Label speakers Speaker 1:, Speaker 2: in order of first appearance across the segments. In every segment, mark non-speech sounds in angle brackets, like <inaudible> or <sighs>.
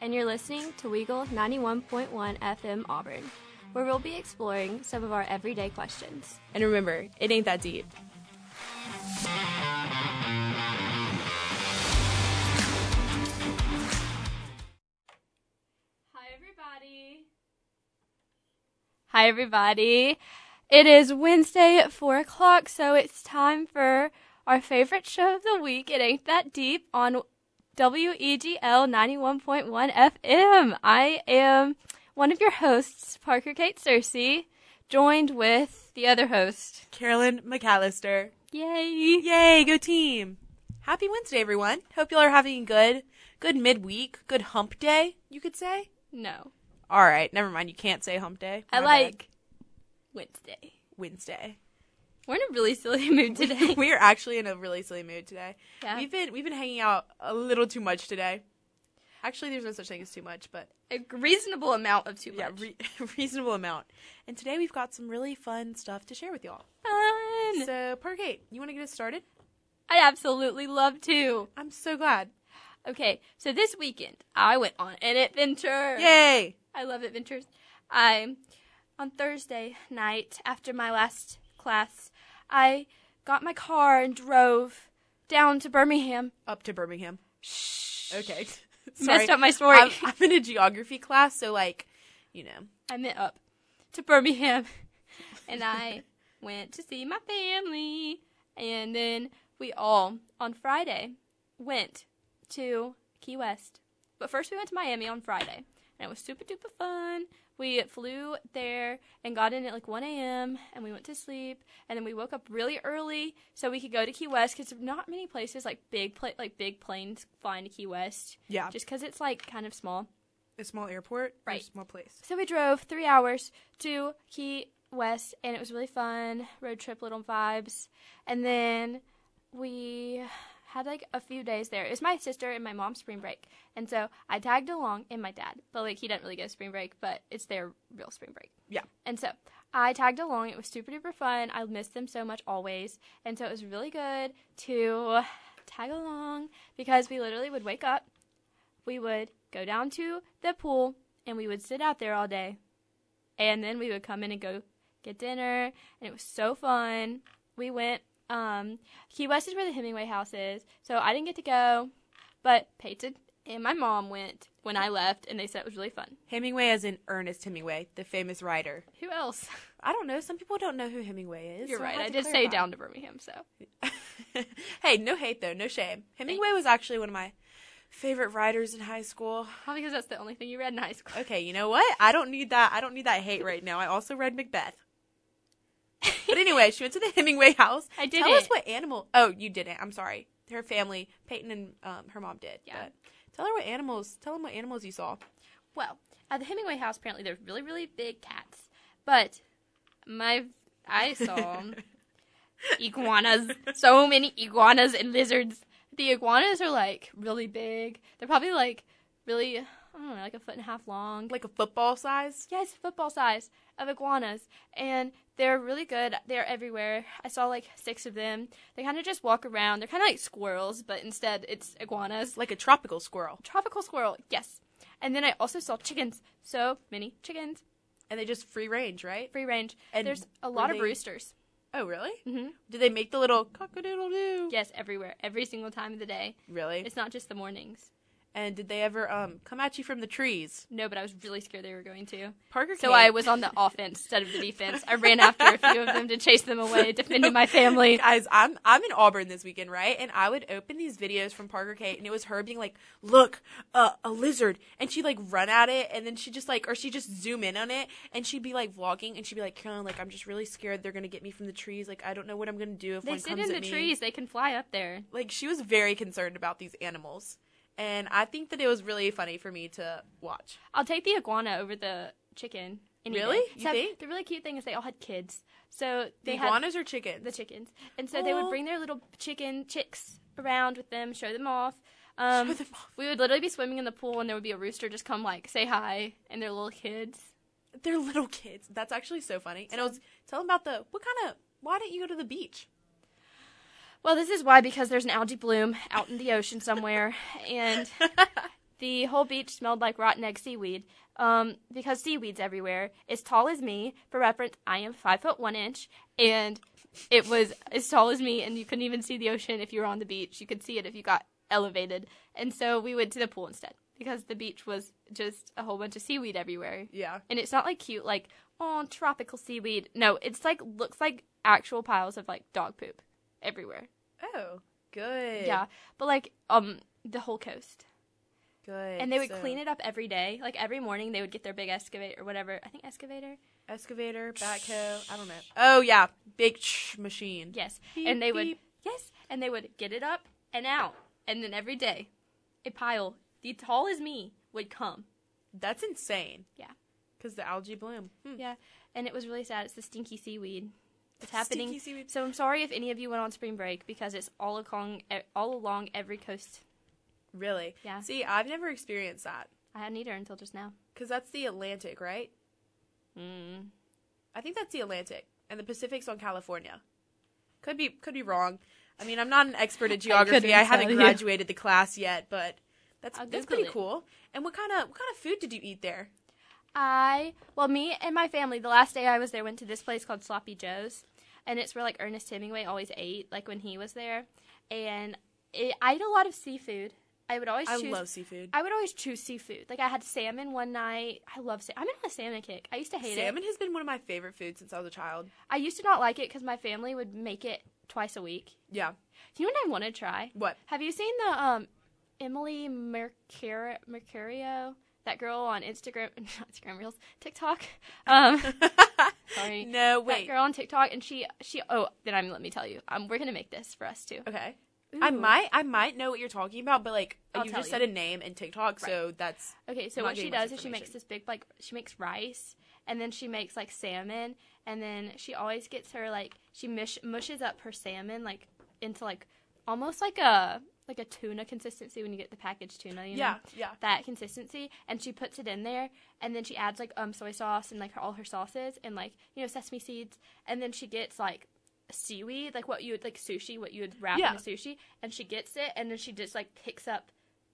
Speaker 1: and you're listening to Weagle 91.1 FM Auburn, where we'll be exploring some of our everyday questions.
Speaker 2: And remember, it ain't that deep.
Speaker 1: Hi, everybody. Hi, everybody. It is Wednesday at 4 o'clock, so it's time for our favorite show of the week, It Ain't That Deep, on E WEGL 91.1 FM. I am one of your hosts, Parker Kate Cersei, joined with the other host.
Speaker 2: Carolyn McAllister.
Speaker 1: Yay!
Speaker 2: Yay, go team. Happy Wednesday, everyone. Hope y'all are having a good, good midweek, good hump day, you could say.
Speaker 1: No,
Speaker 2: All right, never mind. You can't say hump day.
Speaker 1: I
Speaker 2: My
Speaker 1: like
Speaker 2: bad.
Speaker 1: Wednesday.
Speaker 2: Wednesday.
Speaker 1: We're in a really silly mood
Speaker 2: <laughs>
Speaker 1: today.
Speaker 2: we are actually in a really silly mood today.
Speaker 1: Yeah.
Speaker 2: We've been we've been hanging out a little too much today. Actually, there's no such thing as too much, but
Speaker 1: a reasonable amount of too much.
Speaker 2: yeah, re- <laughs> reasonable amount. And today we've got some really fun stuff to share
Speaker 1: <laughs>
Speaker 2: with y'all.
Speaker 1: Fun.
Speaker 2: So, Parkate, you want to get us started?
Speaker 1: I'd absolutely love to.
Speaker 2: I'm so glad.
Speaker 1: Okay, so this weekend I went on an adventure.
Speaker 2: Yay!
Speaker 1: I love adventures. I on Thursday night after my last class, I got my car and drove down to Birmingham.
Speaker 2: Up to Birmingham.
Speaker 1: Shh.
Speaker 2: Okay. <laughs>
Speaker 1: Messed up my story.
Speaker 2: I'm, I'm in a geography class, so like, you know,
Speaker 1: I meant up to Birmingham <laughs> and I went to see my family. And then we all, on Friday, went to Key West. But first, we went to Miami on Friday. And it was super duper fun. We flew there and got in at like 1 a.m. and we went to sleep. And then we woke up really early so we could go to Key West because not many places like big pla- like big planes flying to Key West.
Speaker 2: Yeah.
Speaker 1: Just because it's like kind of small.
Speaker 2: a small airport, or a
Speaker 1: Right.
Speaker 2: small place.
Speaker 1: So we drove three hours to Key West, and it was really fun road trip, little vibes. And then we had like a few days there. It was my sister and my mom's spring break, and so I tagged along, and my dad, but like he doesn't really go spring break, but it's their real spring break.
Speaker 2: Yeah.
Speaker 1: And so I tagged along. It was super duper fun. I miss them so much always, and so it was really good to tag along because we literally would wake up we would go down to the pool and we would sit out there all day. And then we would come in and go get dinner, and it was so fun. We went um Key West is where the Hemingway house is, so I didn't get to go, but Peyton and my mom went when I left, and they said it was really fun.
Speaker 2: Hemingway, as in Ernest Hemingway, the famous writer.
Speaker 1: Who else? <laughs>
Speaker 2: I don't know. Some people don't know who Hemingway is.
Speaker 1: You're
Speaker 2: so I
Speaker 1: right.
Speaker 2: had
Speaker 1: I
Speaker 2: to
Speaker 1: did say
Speaker 2: clarify. <laughs>
Speaker 1: down to Birmingham, so
Speaker 2: hey, no hate though, no shame. Hemingway was actually one of my favorite writers in high school.
Speaker 1: probably because that's the only thing you read in high <laughs> school.
Speaker 2: Okay, you know what? I don't need that. I don't need that hate right now. I also read Macbeth. But anyway, she went to the <laughs> Hemingway house.
Speaker 1: I
Speaker 2: Tell us
Speaker 1: didn't.
Speaker 2: what animal. Oh, you didn't. I'm sorry. Her family, Peyton and um, her mom did.
Speaker 1: Yeah.
Speaker 2: But tell her what animals. Tell them what animals you saw.
Speaker 1: Well, at the Hemingway house, apparently there's really, really big cats. But my, I saw iguanas. So many iguanas and lizards. The iguanas are like really big. They're probably like really, I don't know, like a foot and a half long.
Speaker 2: Like a football size.
Speaker 1: Yes, football size of iguanas. And they're really good. They're everywhere. I saw like six of them. They kind of just walk around. They're kind of like squirrels, but instead it's iguanas
Speaker 2: Like a tropical squirrel.
Speaker 1: tropical squirrel, yes. And then I also saw chickens. So many chickens,
Speaker 2: And they just free range, right?
Speaker 1: free range.
Speaker 2: And
Speaker 1: There's a
Speaker 2: were
Speaker 1: lot
Speaker 2: they-
Speaker 1: of roosters.
Speaker 2: Oh, really?
Speaker 1: Mhm.
Speaker 2: Do they make the little cock-a-doodle doo?
Speaker 1: Yes, everywhere, every single time of the day.
Speaker 2: Really?
Speaker 1: It's not just the mornings.
Speaker 2: And did they ever um come at you from the trees?
Speaker 1: No, but I was really scared they were going to.
Speaker 2: Parker.
Speaker 1: So
Speaker 2: came-
Speaker 1: I was on the offense instead of the defense. I ran after a few of them to chase them
Speaker 2: <laughs>
Speaker 1: away, defended my family.
Speaker 2: Guys, I'm I'm in Auburn this weekend, right? And I would open these videos from Parker Kate, and it was her being like, "Look, uh, a lizard," and she'd like run at it, and then she just like, or she just zoom in on it, and she'd be like vlogging, and she'd be like, "Carolyn, like I'm just really scared they're gonna get me from the trees. Like I don't know what I'm gonna do if
Speaker 1: They
Speaker 2: one
Speaker 1: sit
Speaker 2: comes
Speaker 1: in
Speaker 2: at
Speaker 1: the
Speaker 2: me."
Speaker 1: trees, they can fly up there.
Speaker 2: Like she was very concerned about these animals, and I think that it was really funny for me to watch.
Speaker 1: I'll take the iguana over the chicken. any day.
Speaker 2: Really? You
Speaker 1: Except
Speaker 2: think?
Speaker 1: The really cute thing is they all had kids. So
Speaker 2: The
Speaker 1: they had
Speaker 2: iguanas or chickens?
Speaker 1: the chickens. And so they
Speaker 2: Aw.
Speaker 1: would bring their little chicken chicks around with them, show them off. Um,
Speaker 2: Show them off.
Speaker 1: We would literally be swimming in the pool, and there would be a rooster just come like say hi, and their little kids.
Speaker 2: <laughs> They're little kids. That's actually so funny. And I was telling about the what kind of why didn't you go to the beach?
Speaker 1: Well, this is why because there's an algae bloom out in the ocean somewhere, and The whole beach smelled like rotten egg seaweed, um, because seaweed's everywhere. It's tall as me. For reference, I am five foot one inch, and it was as tall as me, and you couldn't even see the ocean if you were on the beach. You could see it if you got elevated, and so we went to the pool instead because the beach was just a whole bunch of seaweed everywhere.
Speaker 2: Yeah.
Speaker 1: And it's not like cute, like oh tropical seaweed. No, it's like looks like actual piles of like dog poop everywhere.
Speaker 2: Oh, good.
Speaker 1: Yeah, but like um the whole coast.
Speaker 2: Good.
Speaker 1: And they would
Speaker 2: So,
Speaker 1: clean it up every day. Like every morning, they would get their big excavator or whatever. I think excavator.
Speaker 2: Excavator, backhoe. I don't know. Oh yeah, big sh- machine.
Speaker 1: Yes.
Speaker 2: Beep,
Speaker 1: and they would
Speaker 2: beep.
Speaker 1: yes, and they would get it up and out, and then every day, a pile the tall as me would come.
Speaker 2: That's insane.
Speaker 1: Yeah.
Speaker 2: Because the algae bloom. Hmm.
Speaker 1: Yeah, and it was really sad. It's the stinky seaweed. It's
Speaker 2: The
Speaker 1: happening.
Speaker 2: stinky seaweed.
Speaker 1: So I'm sorry if any of you went on spring break because it's all along e, all along every coast.
Speaker 2: Really?
Speaker 1: Yeah.
Speaker 2: See, I've never experienced that.
Speaker 1: I hadn't either until just now.
Speaker 2: Because that's the Atlantic, right?
Speaker 1: Mm.
Speaker 2: I think that's the Atlantic, and the Pacific's on California. Could be could be wrong. I mean, I'm not an expert
Speaker 1: <laughs>
Speaker 2: at geography.
Speaker 1: couldn't
Speaker 2: I, haven't
Speaker 1: tell you.
Speaker 2: graduated the class yet, but that's
Speaker 1: I'll
Speaker 2: that's
Speaker 1: Google
Speaker 2: pretty
Speaker 1: it.
Speaker 2: cool. And what kind of what kind of food did you eat there?
Speaker 1: I well, me and my family. The last day I was there, went to this place called Sloppy Joe's, and it's where like Ernest Hemingway always ate, like when he was there. And it, I ate a lot of seafood. I would always
Speaker 2: I
Speaker 1: choose.
Speaker 2: love seafood.
Speaker 1: I would always choose seafood. Like I had salmon one night. I love salmon. I'm on a salmon kick. I used to hate it.
Speaker 2: Salmon has been one of my favorite foods since I was a child.
Speaker 1: I used to not like it because my family would make it twice a week.
Speaker 2: Yeah.
Speaker 1: You know what I want to try?
Speaker 2: What?
Speaker 1: Have you seen the um Emily Mercari- Mercario? That girl on Instagram, <laughs> not Instagram Reels, TikTok. Um, <laughs> sorry.
Speaker 2: No,
Speaker 1: that
Speaker 2: wait.
Speaker 1: girl on TikTok, and she she oh then I'm let me tell you um we're gonna make this for us too.
Speaker 2: Okay. I
Speaker 1: Ooh.
Speaker 2: might I might know what you're talking about, but like
Speaker 1: I'll
Speaker 2: you
Speaker 1: tell
Speaker 2: just said a name and TikTok, so that's
Speaker 1: Okay, so
Speaker 2: Not
Speaker 1: what she
Speaker 2: getting much
Speaker 1: does is she makes
Speaker 2: information.
Speaker 1: this big like she makes rice and then she makes like salmon and then she always gets her like she mush, mushes up her salmon like into like almost like a like a tuna consistency when you get the packaged tuna, you know?
Speaker 2: yeah, yeah.
Speaker 1: That consistency and she puts it in there and then she adds like um soy sauce and like her, all her sauces and like you know sesame seeds and then she gets like seaweed like what you would like sushi what you would wrap
Speaker 2: Yeah.
Speaker 1: in a sushi and she gets it and then she just like picks up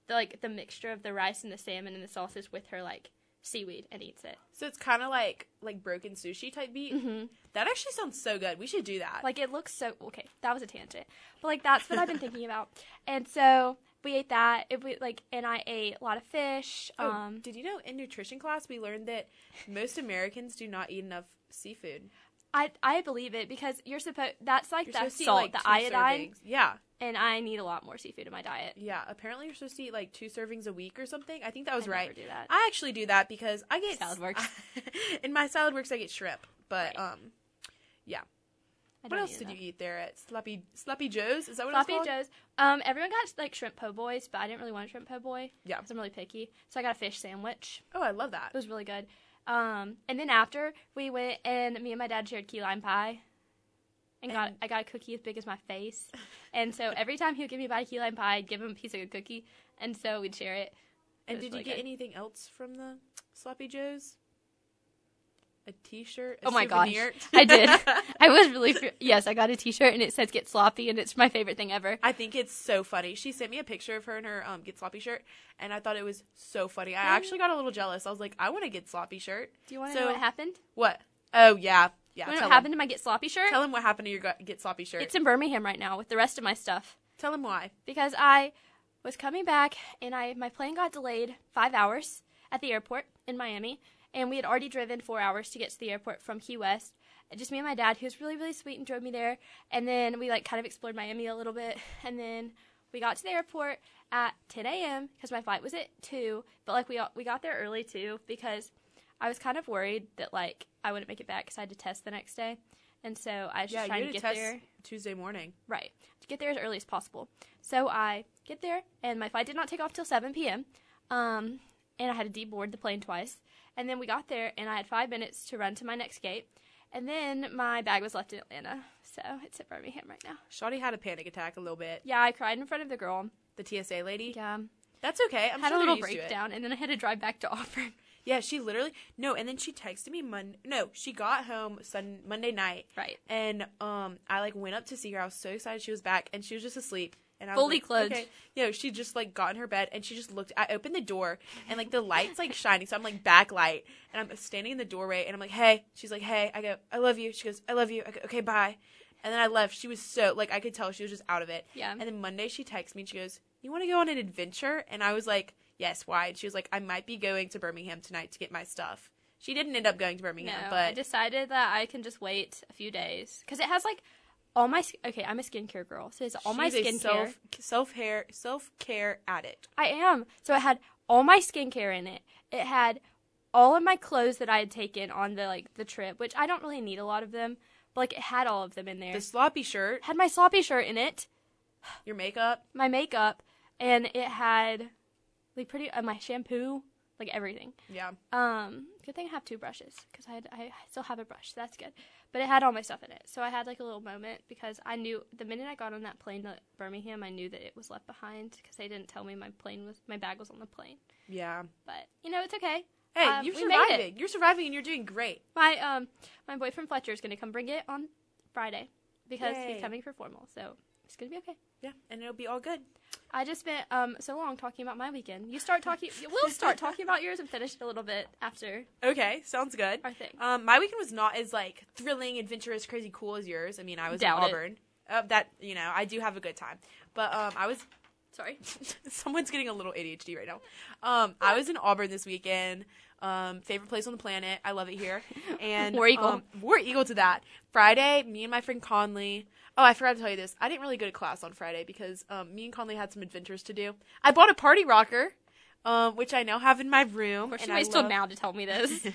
Speaker 1: the like the mixture of the rice and the salmon and the sauces with her like seaweed and eats it.
Speaker 2: So it's kind of like like broken sushi type beat.
Speaker 1: Mm-hmm.
Speaker 2: That actually sounds so good. We should do that.
Speaker 1: Like it looks so okay. That was a tangent, but like that's what I've been thinking about. And so we ate that. It we like and I ate a lot of fish.
Speaker 2: Oh,
Speaker 1: um,
Speaker 2: did you know in nutrition class we learned that most Americans do not eat enough seafood?
Speaker 1: I I believe it because you're supposed that's like
Speaker 2: You're
Speaker 1: that
Speaker 2: supposed to eat,
Speaker 1: salt,
Speaker 2: like,
Speaker 1: the
Speaker 2: two
Speaker 1: iodine,
Speaker 2: servings. Yeah,
Speaker 1: and I need a lot more seafood in my diet.
Speaker 2: yeah. Apparently you're supposed to eat like two servings a week or something. I think that was
Speaker 1: I
Speaker 2: right.
Speaker 1: Never do that.
Speaker 2: I actually do that because I get
Speaker 1: Salad works.
Speaker 2: <laughs> in my salad works, I get shrimp. But
Speaker 1: Right.
Speaker 2: um,
Speaker 1: I
Speaker 2: what
Speaker 1: don't
Speaker 2: else
Speaker 1: eat
Speaker 2: did
Speaker 1: enough.
Speaker 2: you eat there at Sloppy Sloppy Joe's? Is that what
Speaker 1: Sloppy
Speaker 2: it's called?
Speaker 1: Joe's. Um, everyone got like shrimp po' boys, but I didn't really want a shrimp po' boy.
Speaker 2: Yeah.
Speaker 1: because I'm really picky. So I got a fish sandwich.
Speaker 2: Oh, I love that.
Speaker 1: It was really good. Um, and then after we went and me and my dad shared key lime pie, and got
Speaker 2: And-
Speaker 1: I got a cookie as big as my face, and so every time he would give me a bite of key lime pie, I'd give him a piece of a cookie, and so we'd share it.
Speaker 2: And
Speaker 1: was
Speaker 2: did
Speaker 1: really
Speaker 2: you get
Speaker 1: good.
Speaker 2: anything else from the Sloppy Joe's? A T-shirt? A
Speaker 1: Oh my gosh.
Speaker 2: souvenir? <laughs>
Speaker 1: I did. I was really fr- yes, I got a T-shirt and it says "Get Sloppy" and it's my favorite thing ever.
Speaker 2: I think it's so funny. She sent me a picture of her in her um, Get Sloppy shirt, and I thought it was so funny. I
Speaker 1: Yeah.
Speaker 2: actually got a little jealous. I was like, I want to Get Sloppy shirt.
Speaker 1: Do you want to
Speaker 2: So-
Speaker 1: know what happened?
Speaker 2: What? Oh, yeah. Yeah.
Speaker 1: You wanna know
Speaker 2: tell
Speaker 1: what happened to my "Get Sloppy" shirt?
Speaker 2: Him. Tell him what happened to your Gu- Get Sloppy shirt.
Speaker 1: It's in Birmingham right now with the rest of my stuff.
Speaker 2: tell him why.
Speaker 1: because I was coming back and I my plane got delayed five hours at the airport in Miami, and we had already driven four hours to get to the airport from Key West. Just me and my dad, who was really really sweet and drove me there, and then we like kind of explored Miami a little bit, <laughs> and then we got to the airport at 10 a.m. because my flight was at two, but like we all- we got there early too because I was kind of worried that like I wouldn't make it back because I had to test the next day, and so I was just
Speaker 2: Yeah, you
Speaker 1: trying
Speaker 2: had
Speaker 1: to
Speaker 2: a
Speaker 1: get
Speaker 2: test
Speaker 1: there.
Speaker 2: Tuesday morning.
Speaker 1: Right. To get there as early as possible. So I get there, and my flight did not take off till 7 p.m. Um, and I had to deboard the plane twice. And then we got there, and I had five minutes to run to my next gate. And then my bag was left in Atlanta. So it's at Birmingham right now.
Speaker 2: Shawty had a panic attack a little bit.
Speaker 1: Yeah, I cried in front of the girl.
Speaker 2: The TSA lady.
Speaker 1: Yeah.
Speaker 2: That's okay. I'm
Speaker 1: had
Speaker 2: sure
Speaker 1: a little
Speaker 2: they're used to it.
Speaker 1: breakdown, and then I had to drive back to <laughs> Auburn.
Speaker 2: Yeah, she literally no. And then she texted me Monday. No, she got home Sun Monday night,
Speaker 1: Right.
Speaker 2: and um, I like went up to see her. I was so excited she was back, and she was just asleep. and I
Speaker 1: Fully
Speaker 2: was like,
Speaker 1: clothed.
Speaker 2: Okay. You know, she just like got in her bed and she just looked. I opened the door and like the light's like shining, so I'm like backlight and I'm standing in the doorway and I'm like, hey. She's like, hey. I go, I love you. She goes, I love you. I go, okay, bye. And then I left. She was so like I could tell she was just out of it.
Speaker 1: Yeah.
Speaker 2: And then Monday she texts me and she goes, "You want to go on an adventure?" And I was like, "Yes, why?" And she was like, "I might be going to Birmingham tonight to get my stuff." She didn't end up going to
Speaker 1: No,
Speaker 2: Birmingham,
Speaker 1: I
Speaker 2: but
Speaker 1: decided that I can just wait a few days because it has like all my sk- okay. I'm a skincare girl, so it's all my
Speaker 2: she's a
Speaker 1: skincare.
Speaker 2: self self hair self care addict.
Speaker 1: I am. So it had all my skincare in it. It had all of my clothes that I had taken on the like the trip, which I don't really need a lot of them, but like it had all of them in there.
Speaker 2: The sloppy shirt,
Speaker 1: had my sloppy shirt in it,
Speaker 2: your makeup,
Speaker 1: my makeup, and it had like pretty uh, my shampoo, like everything.
Speaker 2: yeah,
Speaker 1: Um, good thing I have two brushes because I, had- I I still have a brush. So that's good. But it had all my stuff in it, so I had like a little moment because I knew the minute I got on that plane to Birmingham, I knew that it was left behind because they didn't tell me my plane was my bag was on the plane.
Speaker 2: yeah.
Speaker 1: But you know it's okay.
Speaker 2: Hey,
Speaker 1: Um,
Speaker 2: you're
Speaker 1: we made it.
Speaker 2: surviving. You're surviving, and you're doing great.
Speaker 1: My um my boyfriend Fletcher is gonna come bring it on Friday because
Speaker 2: Yay.
Speaker 1: he's coming for formal, so it's gonna be okay.
Speaker 2: Yeah, and it'll be all good.
Speaker 1: I just spent um so long talking about my weekend. You start talking. we'll start talking about yours and finish it a little bit after
Speaker 2: Okay, sounds good.
Speaker 1: our thing.
Speaker 2: Um, my weekend was not as like thrilling, adventurous, crazy cool as yours. I mean, I was
Speaker 1: Doubt
Speaker 2: in
Speaker 1: it.
Speaker 2: Auburn. Uh, that you know, I do have a good time, but um, I was
Speaker 1: Sorry.
Speaker 2: <laughs> Someone's getting a little ADHD right now. Um, I was in Auburn this weekend. Um, favorite place on the planet. I love
Speaker 1: <laughs>
Speaker 2: it here. And
Speaker 1: War Eagle.
Speaker 2: Um, War Eagle to that. Friday, me and my friend Conley. Oh, I forgot to tell you this. I didn't really go to class on Friday because um, me and Conley had some adventures to do. I bought a party rocker, um, which I now have in my room.
Speaker 1: Or she
Speaker 2: and I
Speaker 1: waits till
Speaker 2: love-
Speaker 1: now to tell me
Speaker 2: <laughs>
Speaker 1: this.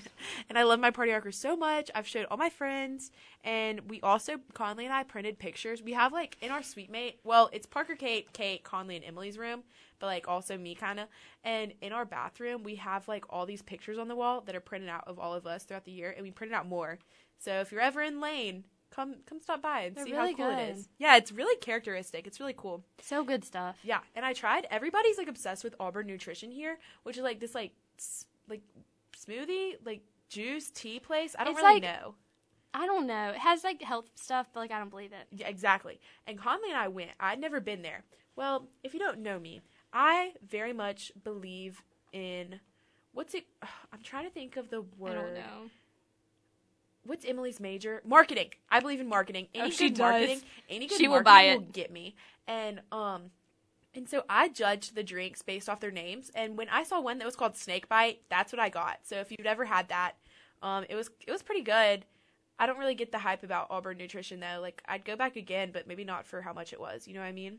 Speaker 2: and I love my party rocker so much. I've showed all my friends, and we also Conley and I printed pictures. We have like in our suite mate. Well, it's Parker, Kate, Kate, Conley, and Emily's room, but like also me kind of. And in our bathroom, we have like all these pictures on the wall that are printed out of all of us throughout the year, and we printed out more. So if you're ever in Lane, come come stop by and
Speaker 1: They're
Speaker 2: see
Speaker 1: really
Speaker 2: how cool
Speaker 1: good.
Speaker 2: it is. Yeah, it's really characteristic. It's really cool.
Speaker 1: so good stuff.
Speaker 2: Yeah, and I tried. Everybody's like obsessed with Auburn nutrition here, which is like this like s- like smoothie like juice tea place. I don't
Speaker 1: It's
Speaker 2: really
Speaker 1: like-
Speaker 2: know.
Speaker 1: I don't know. It has like health stuff, but like I don't believe it.
Speaker 2: Yeah, exactly. And Conley and I went. I'd never been there. Well, if you don't know me, I very much believe in what's it. <sighs> I'm trying to think of the word.
Speaker 1: I don't know.
Speaker 2: What's Emily's major? Marketing. I believe in marketing. Any
Speaker 1: Oh, she does.
Speaker 2: good marketing. Any good
Speaker 1: She will
Speaker 2: marketing
Speaker 1: buy it.
Speaker 2: will get me. And um and so I judged the drinks based off their names and when I saw one that was called Snake Bite, that's what I got. So if you've ever had that, um it was it was pretty good. I don't really get the hype about Auburn Nutrition though. Like I'd go back again, but maybe not for how much it was. You know what I mean?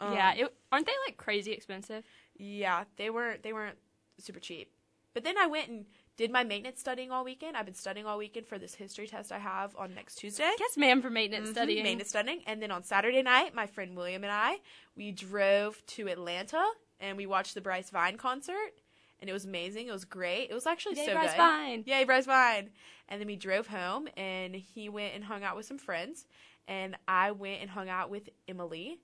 Speaker 2: Um,
Speaker 1: yeah, it, aren't they like crazy expensive?
Speaker 2: yeah, they weren't they weren't super cheap. But then I went and did my maintenance studying all weekend. I've been studying all weekend for this history test I have on next Tuesday.
Speaker 1: Yes, ma'am, for maintenance
Speaker 2: Mhm,
Speaker 1: studying.
Speaker 2: Made it stunning. And then on Saturday night, my friend William and I, we drove to Atlanta and we watched the Bryce Vine concert. And it was amazing. It was great. It was actually
Speaker 1: Yay,
Speaker 2: so
Speaker 1: Bryce
Speaker 2: good.
Speaker 1: Vine.
Speaker 2: Yay, Bryce Vine. And then we drove home and he went and hung out with some friends. And I went and hung out with Emily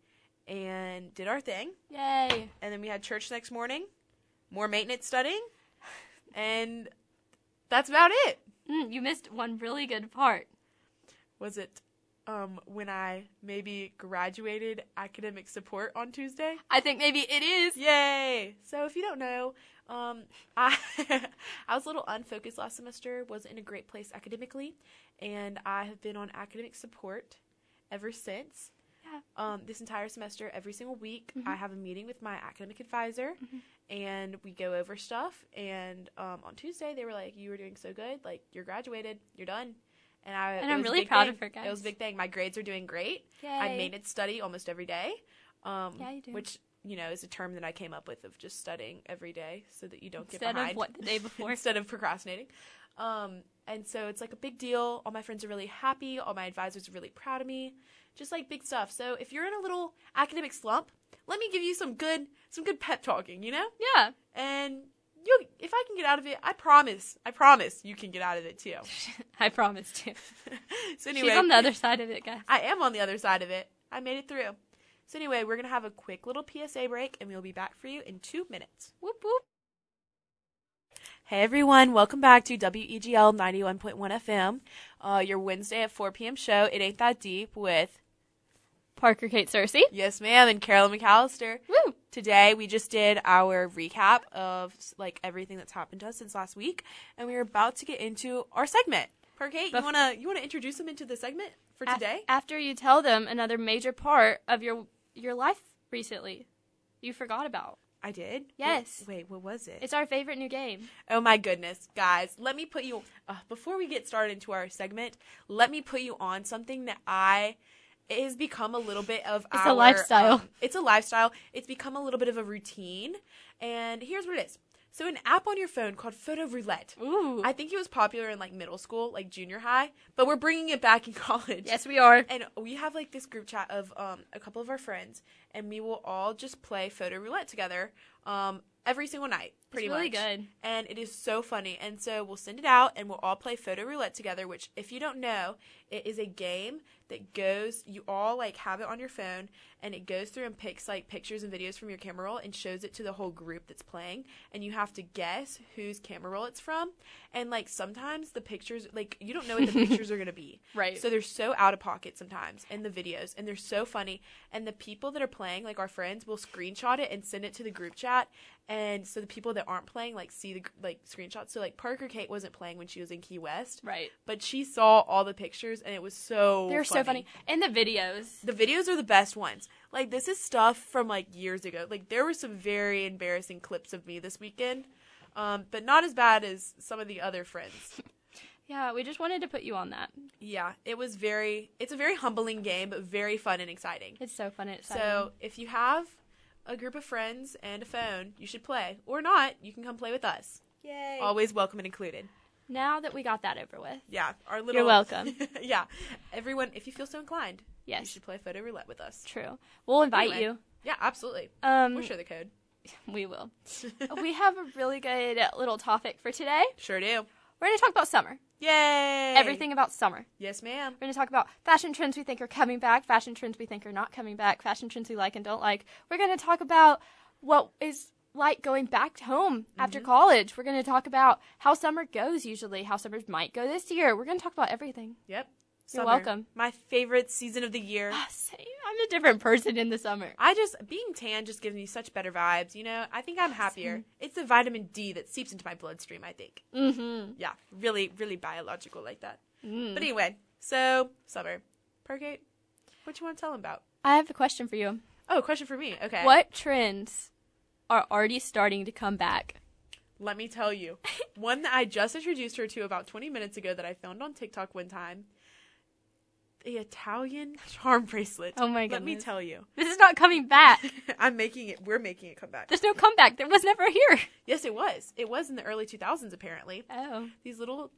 Speaker 2: and did our thing.
Speaker 1: Yay.
Speaker 2: And then we had church next morning, more maintenance studying. And that's about it.
Speaker 1: Mm, you missed one really good part.
Speaker 2: was it um when I maybe graduated academic support on Tuesday?
Speaker 1: I think maybe it is.
Speaker 2: Yay! So if you don't know, um <laughs> I I was a little unfocused last semester, wasn't in a great place academically, and I have been on academic support ever since.
Speaker 1: Yeah. Mm-hmm.
Speaker 2: Um this entire semester, every single week, I have a meeting with my academic advisor and we go over stuff and um on Tuesday they were like you were doing so good, like you're graduated, you're done. And I
Speaker 1: And
Speaker 2: it
Speaker 1: I'm
Speaker 2: was a
Speaker 1: really
Speaker 2: big
Speaker 1: proud
Speaker 2: thing.
Speaker 1: of her,
Speaker 2: It was a
Speaker 1: guys.
Speaker 2: big thing. My grades are doing great.
Speaker 1: Yay.
Speaker 2: I made it study almost every day. Um,
Speaker 1: Yeah, you do.
Speaker 2: Which you know is a term that I came up with of just studying every day so that you don't get
Speaker 1: Instead of
Speaker 2: behind.
Speaker 1: what the day before.
Speaker 2: <laughs> instead of procrastinating. Um, and so it's like a big deal. All my friends are really happy. All my advisors are really proud of me. Just like big stuff. So if you're in a little academic slump, let me give you some good some good pep talking. You know,
Speaker 1: Yeah.
Speaker 2: and you if I can get out of it, I promise. I promise you can get out of it too.
Speaker 1: <laughs>
Speaker 2: <laughs>
Speaker 1: I promised you.
Speaker 2: so anyway,
Speaker 1: She's on the other side of it, guys.
Speaker 2: I am on the other side of it. I made it through. So anyway, we're gonna have a quick little PSA break, and we'll be back for you in two minutes.
Speaker 1: Whoop whoop.
Speaker 2: Hey everyone, welcome back to E WEGL 91.1 FM, uh, your Wednesday at 4 p.m. show. It ain't that deep with
Speaker 1: Parker Kate Cersei.
Speaker 2: Yes, ma'am. And Carolyn McAllister.
Speaker 1: Woo!
Speaker 2: Today we just did our recap of like everything that's happened to us since last week, and we are about to get into our segment. Parker Kate, you
Speaker 1: Bef-
Speaker 2: wanna you wanna introduce them into the segment for
Speaker 1: A-
Speaker 2: today?
Speaker 1: after you tell them another major part of your your life recently, you forgot about.
Speaker 2: I did.
Speaker 1: Yes.
Speaker 2: Wait, what was it?
Speaker 1: It's our favorite new game.
Speaker 2: Oh my goodness, guys. Let me put you, uh, before we get started into our segment, let me put you on something that I, it has become a little bit of
Speaker 1: It's a
Speaker 2: our,
Speaker 1: lifestyle.
Speaker 2: um, it's a lifestyle. It's become a little bit of a routine. And here's what it is. So an app on your phone called Photo Roulette.
Speaker 1: Ooh.
Speaker 2: I think it was popular in like middle school, like junior high, but we're bringing it back in <laughs> college.
Speaker 1: yes, we are.
Speaker 2: <laughs> And we have like this group chat of um, a couple of our friends, and we will all just play photo roulette together um, every single night, pretty
Speaker 1: it's really
Speaker 2: much.
Speaker 1: good.
Speaker 2: And it is so funny. And so we'll send it out, and we'll all play photo roulette together. Which, if you don't know, it is a game that goes. You all like have it on your phone, and it goes through and picks like pictures and videos from your camera roll and shows it to the whole group that's playing. And you have to guess whose camera roll it's from. And like sometimes the pictures, like you don't know what
Speaker 1: <laughs>
Speaker 2: the pictures are gonna be.
Speaker 1: Right.
Speaker 2: So they're so out of pocket sometimes in the videos, and they're so funny. And the people that are playing, like our friends, will screenshot it and send it to the group chat. And so the people that aren't playing, like, see the like screenshots. So like Parker Kate wasn't playing when she was in Key West,
Speaker 1: right.
Speaker 2: but she saw all the pictures, and it was so
Speaker 1: They're so funny. And the videos.
Speaker 2: the videos are the best ones. Like this is stuff from like years ago. Like there were some very embarrassing clips of me this weekend, um, but not as bad as some of the other friends.
Speaker 1: Yeah, we just wanted to put you on that.
Speaker 2: Yeah, it was very. It's a very humbling game, but very fun and exciting.
Speaker 1: It's so fun. It's
Speaker 2: So if you have a group of friends and a phone, you should play, or not. You can come play with us.
Speaker 1: yay!
Speaker 2: Always welcome and included.
Speaker 1: Now that we got that over with,
Speaker 2: Yeah, our little.
Speaker 1: welcome.
Speaker 2: <laughs> yeah, everyone. If you feel so inclined, you
Speaker 1: yes,
Speaker 2: should play photo roulette with us.
Speaker 1: true. We'll invite
Speaker 2: Anyway. Yeah, absolutely.
Speaker 1: you. Um,
Speaker 2: We'll share the code.
Speaker 1: we will. Oh,
Speaker 2: <laughs>
Speaker 1: we have a really good little topic for today.
Speaker 2: sure do.
Speaker 1: We're going to talk about summer.
Speaker 2: Yay!
Speaker 1: Everything about summer.
Speaker 2: Yes, ma'am.
Speaker 1: We're going to talk about fashion trends we think are coming back, fashion trends we think are not coming back, fashion trends we like and don't like. We're going to talk about what is like going back home after college. We're going to talk about how summer goes usually, how summers might go this year. We're going to talk about everything.
Speaker 2: Yep.
Speaker 1: You're
Speaker 2: Summer.
Speaker 1: welcome.
Speaker 2: My favorite season of the year.
Speaker 1: Ah, Same. I'm a different person in the summer.
Speaker 2: I just being tan just gives me such better vibes, you know. I think I'm happier. It's the vitamin D that seeps into my bloodstream. I think.
Speaker 1: Mm-hmm.
Speaker 2: Yeah, really, really biological like that.
Speaker 1: Mm.
Speaker 2: But anyway, so summer, Pergate, what you want to tell them about?
Speaker 1: I have a question for you.
Speaker 2: Oh, question for me. Okay,
Speaker 1: What trends are already starting to come back?
Speaker 2: Let me
Speaker 1: <laughs>
Speaker 2: tell you, one that I just introduced her to about 20 minutes ago that I found on TikTok one time. The Italian <laughs> charm bracelet.
Speaker 1: Oh my
Speaker 2: Let me
Speaker 1: goodness.
Speaker 2: tell you, <laughs>
Speaker 1: This is not coming back.
Speaker 2: I'm making it. We're making it
Speaker 1: <laughs>
Speaker 2: come back.
Speaker 1: There's no comeback. There was never here.
Speaker 2: Yes, it was. It was in the early 2000s, apparently.
Speaker 1: Oh.
Speaker 2: these little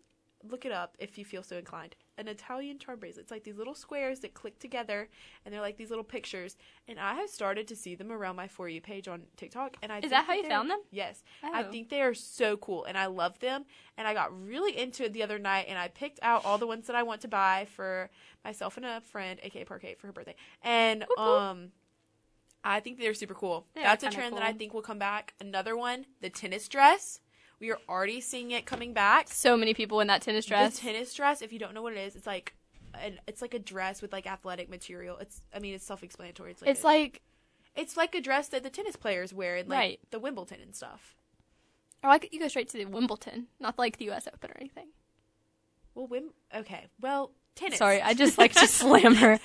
Speaker 2: look it up if you feel so inclined an italian charm bracelet it's like these little squares that click together and they're like these little pictures and i have started to see them around my for you page on tiktok and i
Speaker 1: Is
Speaker 2: think
Speaker 1: that how you
Speaker 2: they're-
Speaker 1: found them?
Speaker 2: yes i
Speaker 1: Oh.
Speaker 2: think they are so cool and i love them and i got really into it the other night and i picked out all the ones that i want to buy for myself and a friend aka parquet for her birthday and
Speaker 1: Whoop, whoop.
Speaker 2: um i think they're super cool
Speaker 1: They are
Speaker 2: that's a
Speaker 1: kinda
Speaker 2: trend that
Speaker 1: cool.
Speaker 2: i think will come back another one the tennis dress we are already seeing it coming back
Speaker 1: So many people in that tennis dress.
Speaker 2: the tennis dress, if you don't know what it is, it's like an it's like a dress with like athletic material. It's I mean it's self explanatory. It's like
Speaker 1: it's
Speaker 2: a,
Speaker 1: like
Speaker 2: it's like a dress that the tennis players wear in like
Speaker 1: Right.
Speaker 2: the Wimbledon and stuff.
Speaker 1: oh, I could, you go straight to the Wimbledon, not like the U.S. Open or anything.
Speaker 2: Well, Wim okay. Well, tennis.
Speaker 1: Sorry, I just
Speaker 2: <laughs>
Speaker 1: like to slam her.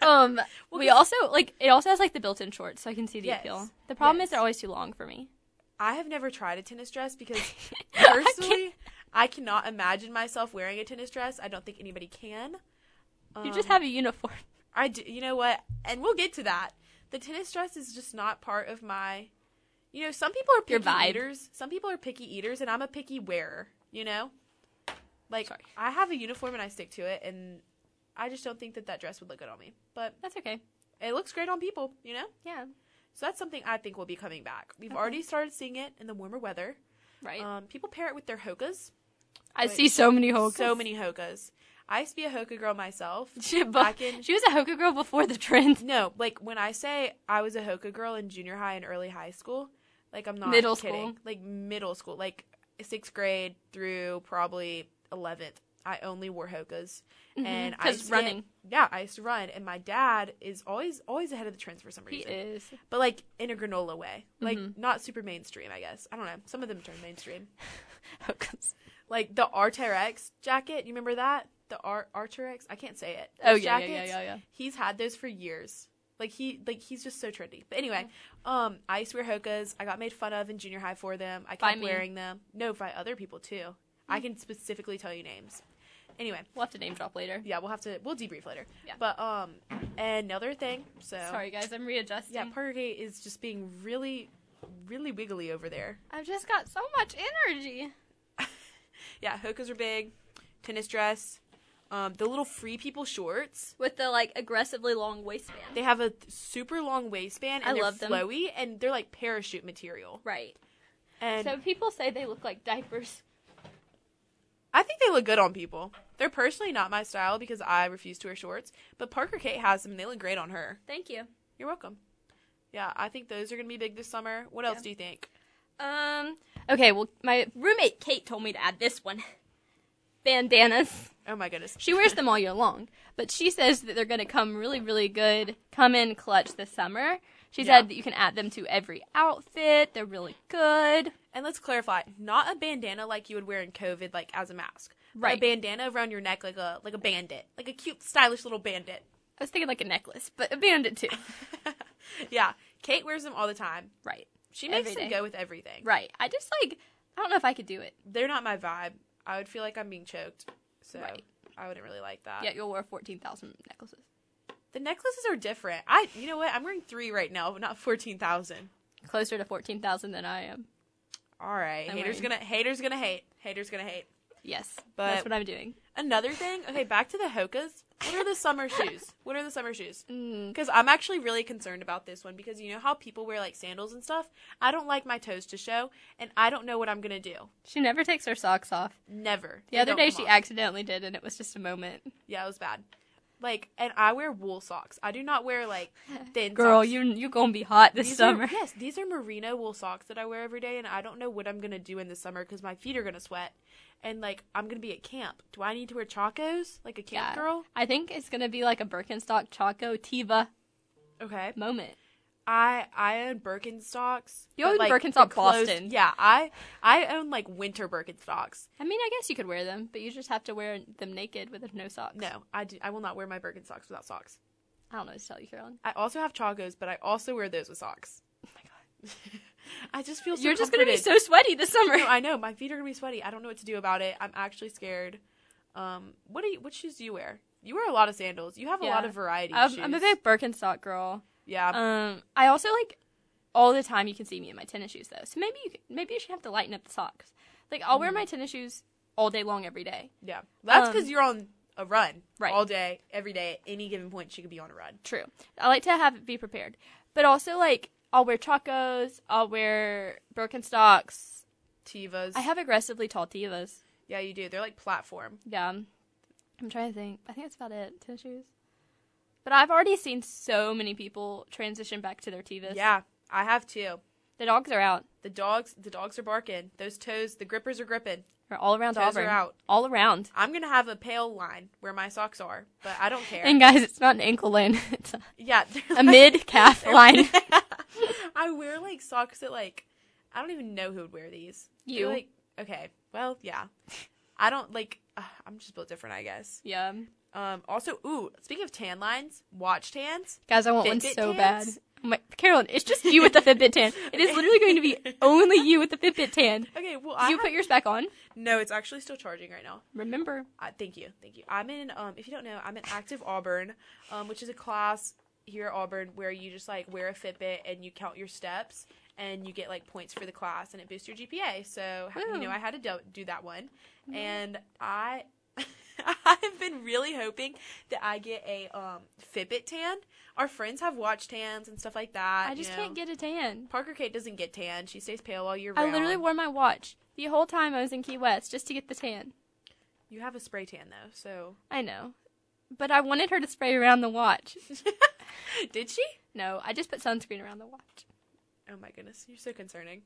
Speaker 1: Um, we
Speaker 2: 'cause-
Speaker 1: also like it also has like the built-in shorts, so I can see the
Speaker 2: Yes.
Speaker 1: appeal. The problem
Speaker 2: Yes.
Speaker 1: is they're always too long for me.
Speaker 2: I have never tried a tennis dress because
Speaker 1: <laughs> I can't-
Speaker 2: personally I, cannot imagine myself wearing a tennis dress. I don't think anybody can.
Speaker 1: you just
Speaker 2: Um,
Speaker 1: have a uniform. <laughs>
Speaker 2: I do, you know what? And we'll get to that. The tennis dress is just not part of my. You know, some people are
Speaker 1: Your
Speaker 2: picky
Speaker 1: vibe.
Speaker 2: eaters. Some people are picky eaters, and I'm a picky wearer. You know, like
Speaker 1: Sorry.
Speaker 2: I have a uniform and I stick to it, and I just don't think that that dress would look good on me. But
Speaker 1: That's okay.
Speaker 2: it looks great on people. You know,
Speaker 1: Yeah.
Speaker 2: so that's something I think will be coming back. We've
Speaker 1: Okay.
Speaker 2: already started seeing it in the warmer weather.
Speaker 1: Right.
Speaker 2: Um, people pair it with their hokas.
Speaker 1: I
Speaker 2: but-
Speaker 1: see so many hokas.
Speaker 2: So many hokas. I used to be a hoka girl myself.
Speaker 1: <laughs> She, bu-
Speaker 2: Back in
Speaker 1: she was a hoka girl before the
Speaker 2: <laughs>
Speaker 1: trend.
Speaker 2: No, like when I say I was a hoka girl in junior high and early high school, like I'm not
Speaker 1: Middle
Speaker 2: kidding.
Speaker 1: school.
Speaker 2: Like middle school, like sixth grade through probably eleventh. I only wore Hoka's.
Speaker 1: Mhm,
Speaker 2: And I
Speaker 1: 'cause
Speaker 2: used to get-
Speaker 1: running.
Speaker 2: yeah, I used to run, and my dad is always always ahead of the trends for some
Speaker 1: He
Speaker 2: reason.
Speaker 1: is.
Speaker 2: But like in a granola way, like
Speaker 1: Mhm.
Speaker 2: not super mainstream, I guess. I don't know. Some of them turn mainstream,
Speaker 1: Hoka's.
Speaker 2: like the Arterex jacket. You remember that? The Ar- Arterex. I can't say it.
Speaker 1: Oh
Speaker 2: Those
Speaker 1: yeah, yeah, yeah,
Speaker 2: jackets,
Speaker 1: yeah, yeah.
Speaker 2: He's had those for years. Like he, like he's just so trendy. But anyway,
Speaker 1: Mm-hmm.
Speaker 2: um, I used to wear Hoka's. I got made fun of in junior high for them. I kept
Speaker 1: By me. Mm.
Speaker 2: wearing them. No, by other people too. I can specifically tell you names. Anyway,
Speaker 1: We'll have to name drop later.
Speaker 2: yeah, we'll have to we'll debrief later.
Speaker 1: Yeah.
Speaker 2: But um, another thing. So
Speaker 1: Sorry guys, I'm readjusting.
Speaker 2: Yeah, Parker Gate is just being really, really wiggly over there.
Speaker 1: I've just got so much energy.
Speaker 2: Yeah, Hoka's are big, tennis dress, um, the little free people shorts.
Speaker 1: With the like aggressively long waistband.
Speaker 2: They have a th- super long waistband and
Speaker 1: I
Speaker 2: they're
Speaker 1: love them.
Speaker 2: flowy and they're like parachute material.
Speaker 1: right.
Speaker 2: And
Speaker 1: so people say they look like diapers.
Speaker 2: I think they look good on people. They're personally not my style because I refuse to wear shorts, but Parker Kate has them and they look great on her.
Speaker 1: Thank you.
Speaker 2: You're welcome. Yeah, I think those are gonna be big this summer. What else
Speaker 1: Yeah.
Speaker 2: do you think?
Speaker 1: Um. Okay. Well, my roommate Kate told me to add this one. Bandanas.
Speaker 2: Oh my goodness.
Speaker 1: She wears them all year long, but she says that they're going to come really, really good, come in clutch this summer. She
Speaker 2: Yeah.
Speaker 1: said that you can add them to every outfit. They're really good.
Speaker 2: And let's clarify, not a bandana like you would wear in COVID, like as a mask. but
Speaker 1: Right.
Speaker 2: a bandana around your neck, like a like a bandit, like a cute, stylish little bandit.
Speaker 1: I was thinking like a necklace, but a bandit too.
Speaker 2: <laughs> yeah, Kate wears them all the time.
Speaker 1: Right.
Speaker 2: She makes
Speaker 1: Every
Speaker 2: them
Speaker 1: day.
Speaker 2: go with everything.
Speaker 1: Right. I just like I don't know if I could do it.
Speaker 2: They're not my vibe. I would feel like I'm being choked, so
Speaker 1: Right.
Speaker 2: I wouldn't really like that.
Speaker 1: Yet you'll wear fourteen thousand necklaces.
Speaker 2: The necklaces are different. I, you know what? I'm wearing three right now, but not fourteen thousand.
Speaker 1: Closer to fourteen thousand than I am.
Speaker 2: All right,
Speaker 1: I'm
Speaker 2: haters
Speaker 1: wearing-
Speaker 2: gonna haters gonna hate. Haters gonna hate.
Speaker 1: Yes.
Speaker 2: But-
Speaker 1: that's what I'm doing.
Speaker 2: Another thing. Okay, back to the Hokas. What are
Speaker 1: <laughs>
Speaker 2: the summer shoes? What are the summer shoes?
Speaker 1: Mm,
Speaker 2: Because I'm actually really concerned about this one because you know how people wear like sandals and stuff? I don't like my toes to show and I don't know what I'm gonna do.
Speaker 1: she never takes her socks off.
Speaker 2: Never.
Speaker 1: The
Speaker 2: They
Speaker 1: other
Speaker 2: don't
Speaker 1: day
Speaker 2: come
Speaker 1: she
Speaker 2: off.
Speaker 1: accidentally did, and it was just a moment.
Speaker 2: Yeah, it was bad. Like, and I wear wool socks. I do not
Speaker 1: <laughs>
Speaker 2: wear like thin
Speaker 1: Girl,
Speaker 2: socks.
Speaker 1: you you gonna be hot this
Speaker 2: These
Speaker 1: summer.
Speaker 2: <laughs> Are, yes, these are merino wool socks that I wear every day and I don't know what I'm gonna do in the summer because my feet are gonna sweat. And like I'm gonna be at camp. Do I need to wear chacos? Like a camp
Speaker 1: Yeah.
Speaker 2: girl?
Speaker 1: I think it's gonna be like a Birkenstock Choco Tiva
Speaker 2: Okay.
Speaker 1: moment.
Speaker 2: I I own Birkenstocks.
Speaker 1: You
Speaker 2: but,
Speaker 1: own
Speaker 2: like, the
Speaker 1: Birkenstock
Speaker 2: clothes-
Speaker 1: Boston.
Speaker 2: Yeah, I I own like winter Birkenstocks.
Speaker 1: I mean, I guess you could wear them, but you just have to wear them naked with no socks.
Speaker 2: No, I do. I will not wear my Birkenstocks without socks.
Speaker 1: I don't know what to tell you, Carolyn.
Speaker 2: I also have Chagos, but I also wear those with socks.
Speaker 1: Oh my god,
Speaker 2: <laughs> I just feel so
Speaker 1: you're just gonna be
Speaker 2: comforted.
Speaker 1: so sweaty this summer. <laughs>
Speaker 2: No, I know my feet are gonna be sweaty. I don't know what to do about it. I'm actually scared. Um, what do you? What shoes do you wear? You wear a lot of sandals. You have a lot
Speaker 1: Yeah. Um,
Speaker 2: of variety. of
Speaker 1: I'm, I'm a
Speaker 2: shoes.
Speaker 1: big Birkenstock girl.
Speaker 2: Yeah.
Speaker 1: Um, I also like all the time you can see me in my tennis shoes though. So maybe you c- maybe you should have to lighten up the socks. Like I'll
Speaker 2: Mm.
Speaker 1: wear my tennis shoes all day long every day.
Speaker 2: yeah. That's because
Speaker 1: um,
Speaker 2: you're on a run
Speaker 1: Right.
Speaker 2: all day, every day. At any given point, she could be on a run.
Speaker 1: True. I like to have it be prepared. But also like I'll wear chacos, I'll wear Birkenstocks.
Speaker 2: Tivas.
Speaker 1: I have aggressively tall tivas.
Speaker 2: yeah, you do. They're like platform.
Speaker 1: Yeah. I'm trying to think. I think that's about it. Tennis shoes. But I've already seen so many people transition back to their tivas.
Speaker 2: Yeah, I have two.
Speaker 1: The dogs are out.
Speaker 2: The dogs. The dogs are barking. Those toes. The grippers are gripping.
Speaker 1: They're all around
Speaker 2: Toes are
Speaker 1: Auburn.
Speaker 2: out.
Speaker 1: All around.
Speaker 2: I'm gonna have a pale line where my socks are, but I
Speaker 1: <laughs>
Speaker 2: don't care.
Speaker 1: And guys, it's not an ankle line. <laughs> It's a,
Speaker 2: yeah,
Speaker 1: a mid
Speaker 2: <laughs>
Speaker 1: calf <laughs> line.
Speaker 2: I wear like socks that like I don't even know who would wear these. They're,
Speaker 1: You.
Speaker 2: like okay, well yeah, I don't like. Uh, I'm just built different, I guess.
Speaker 1: Yeah.
Speaker 2: Um. Also, ooh, speaking of tan lines, watch tans.
Speaker 1: Guys, I want one
Speaker 2: Fitbit
Speaker 1: so
Speaker 2: tans?
Speaker 1: bad. Oh My, Carolyn, it's just you with the Fitbit tan. It
Speaker 2: <laughs>
Speaker 1: is literally going to be only you with the Fitbit tan.
Speaker 2: Okay, well
Speaker 1: Do
Speaker 2: I
Speaker 1: you
Speaker 2: have-
Speaker 1: put yours back on?
Speaker 2: no, it's actually still charging right now.
Speaker 1: Remember.
Speaker 2: Uh, thank you, thank you. I'm in. Um, if you don't know, I'm in Active Auburn, um, which is a class here at Auburn where you just like wear a Fitbit and you count your steps and you get like points for the class and it boosts your GPA. So ha- you
Speaker 1: Woo. Mm-hmm.
Speaker 2: know I had to do, do that one, and I. <laughs> I've been really hoping that I get a um, Fitbit tan. Our friends have watch tans and stuff like that.
Speaker 1: I just can't get a tan.
Speaker 2: Parker Kate doesn't get tan. She stays pale all year
Speaker 1: I
Speaker 2: round.
Speaker 1: literally wore my watch the whole time I was in Key West just to get the tan.
Speaker 2: You have a spray tan though,
Speaker 1: <laughs>
Speaker 2: so <laughs>
Speaker 1: I know. But I wanted her to spray around the watch.
Speaker 2: did she?
Speaker 1: No, I just put sunscreen around the watch.
Speaker 2: Oh my goodness, you're so concerning.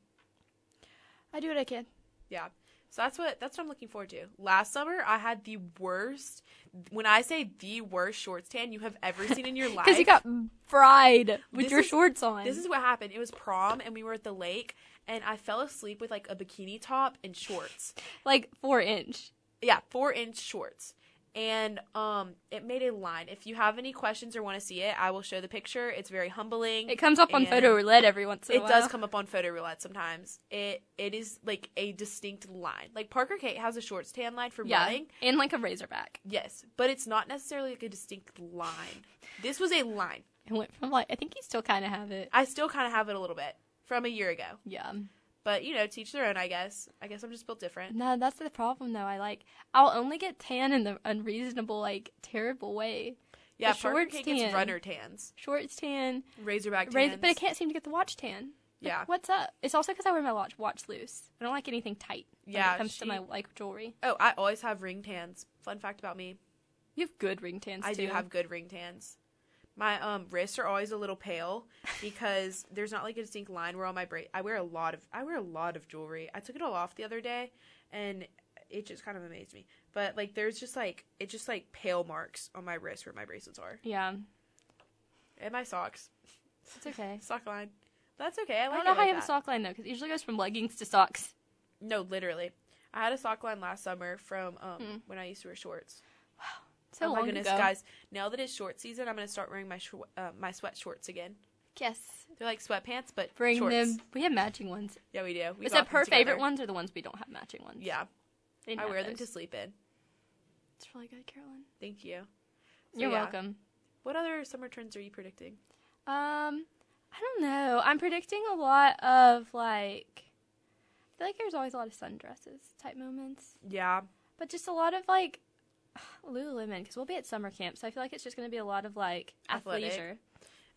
Speaker 1: I do what I can.
Speaker 2: Yeah. So that's what that's what I'm looking forward to. Last summer I had the worst when I say the worst shorts tan you have ever
Speaker 1: <laughs>
Speaker 2: seen in your life.
Speaker 1: Because you got fried with
Speaker 2: This
Speaker 1: your
Speaker 2: is-
Speaker 1: shorts on.
Speaker 2: This is what happened. It was prom and we were at the lake and I fell asleep with like a bikini top and shorts.
Speaker 1: like four inch.
Speaker 2: Yeah, 4-inch shorts. And um it made a line. If you have any questions or want to see it, I will show the picture. It's very humbling.
Speaker 1: It comes up on
Speaker 2: And-
Speaker 1: photo roulette every once in a
Speaker 2: it
Speaker 1: while.
Speaker 2: does come up on photo roulette sometimes. It it is like a distinct line. Like Parker Kate has a shorts tan line for
Speaker 1: yeah,
Speaker 2: running.
Speaker 1: and like a razorback.
Speaker 2: Yes, but it's not necessarily like a distinct line. This was a line.
Speaker 1: It went from like I think you still kind of have it.
Speaker 2: I still kind of have it a little bit from a year ago,
Speaker 1: Yeah.
Speaker 2: but you know, teach their own. I guess. I guess I'm just built different.
Speaker 1: No, that's the problem though. I like I'll only get tan in the unreasonable, like terrible way.
Speaker 2: Yeah,
Speaker 1: The
Speaker 2: Parker
Speaker 1: shorts
Speaker 2: Kate
Speaker 1: tan.
Speaker 2: gets runner tans,
Speaker 1: Shorts tan,
Speaker 2: Razorback tans.
Speaker 1: razor, but I can't seem to get the watch tan. Like,
Speaker 2: Yeah.
Speaker 1: what's up? It's also because I wear my watch watch loose. I don't like anything tight. when
Speaker 2: Yeah,
Speaker 1: it comes to
Speaker 2: she-
Speaker 1: my like jewelry.
Speaker 2: Oh, I always have ring tans. Fun fact about me:
Speaker 1: You have good ring tans.
Speaker 2: I do
Speaker 1: too.
Speaker 2: have good ring tans. My um wrists are always a
Speaker 1: <laughs>
Speaker 2: little pale because there's not like a distinct line where all my bra- I wear a lot of I wear a lot of jewelry. I took it all off the other day and it just kind of amazed me. But like there's just like it just like pale marks on my wrist where my bracelets are
Speaker 1: Yeah,
Speaker 2: and my socks.
Speaker 1: it's okay.
Speaker 2: Sock line. That's okay. I,
Speaker 1: I
Speaker 2: like
Speaker 1: don't know
Speaker 2: it
Speaker 1: how
Speaker 2: like
Speaker 1: you have a
Speaker 2: that.
Speaker 1: sock line though, because it usually goes from leggings to socks.
Speaker 2: No, literally. I had a sock line last summer from um when I used to wear shorts.
Speaker 1: So
Speaker 2: oh
Speaker 1: Hmm. long
Speaker 2: my goodness,
Speaker 1: ago.
Speaker 2: guys! Now that it's short season, I'm gonna start wearing my shor- uh, my sweat shorts again.
Speaker 1: Yes,
Speaker 2: They're like sweatpants, but
Speaker 1: bring
Speaker 2: shorts.
Speaker 1: them. We have matching ones.
Speaker 2: Yeah, we do. We got
Speaker 1: Except
Speaker 2: them
Speaker 1: her favorite
Speaker 2: together.
Speaker 1: ones are the ones we don't have matching ones.
Speaker 2: Yeah,
Speaker 1: They didn't
Speaker 2: I
Speaker 1: have
Speaker 2: wear them to
Speaker 1: those.
Speaker 2: sleep in.
Speaker 1: It's really good, Carolyn.
Speaker 2: Thank you. So,
Speaker 1: You're
Speaker 2: yeah.
Speaker 1: welcome.
Speaker 2: What other summer trends are you predicting?
Speaker 1: Um, I don't know. I'm predicting a lot of like. I feel like there's always a lot of sundresses type moments,
Speaker 2: Yeah,
Speaker 1: but just a lot of like <sighs> Lululemon because we'll be at summer camp, so I feel like it's just going to be a lot of like
Speaker 2: Athletic.
Speaker 1: athleisure.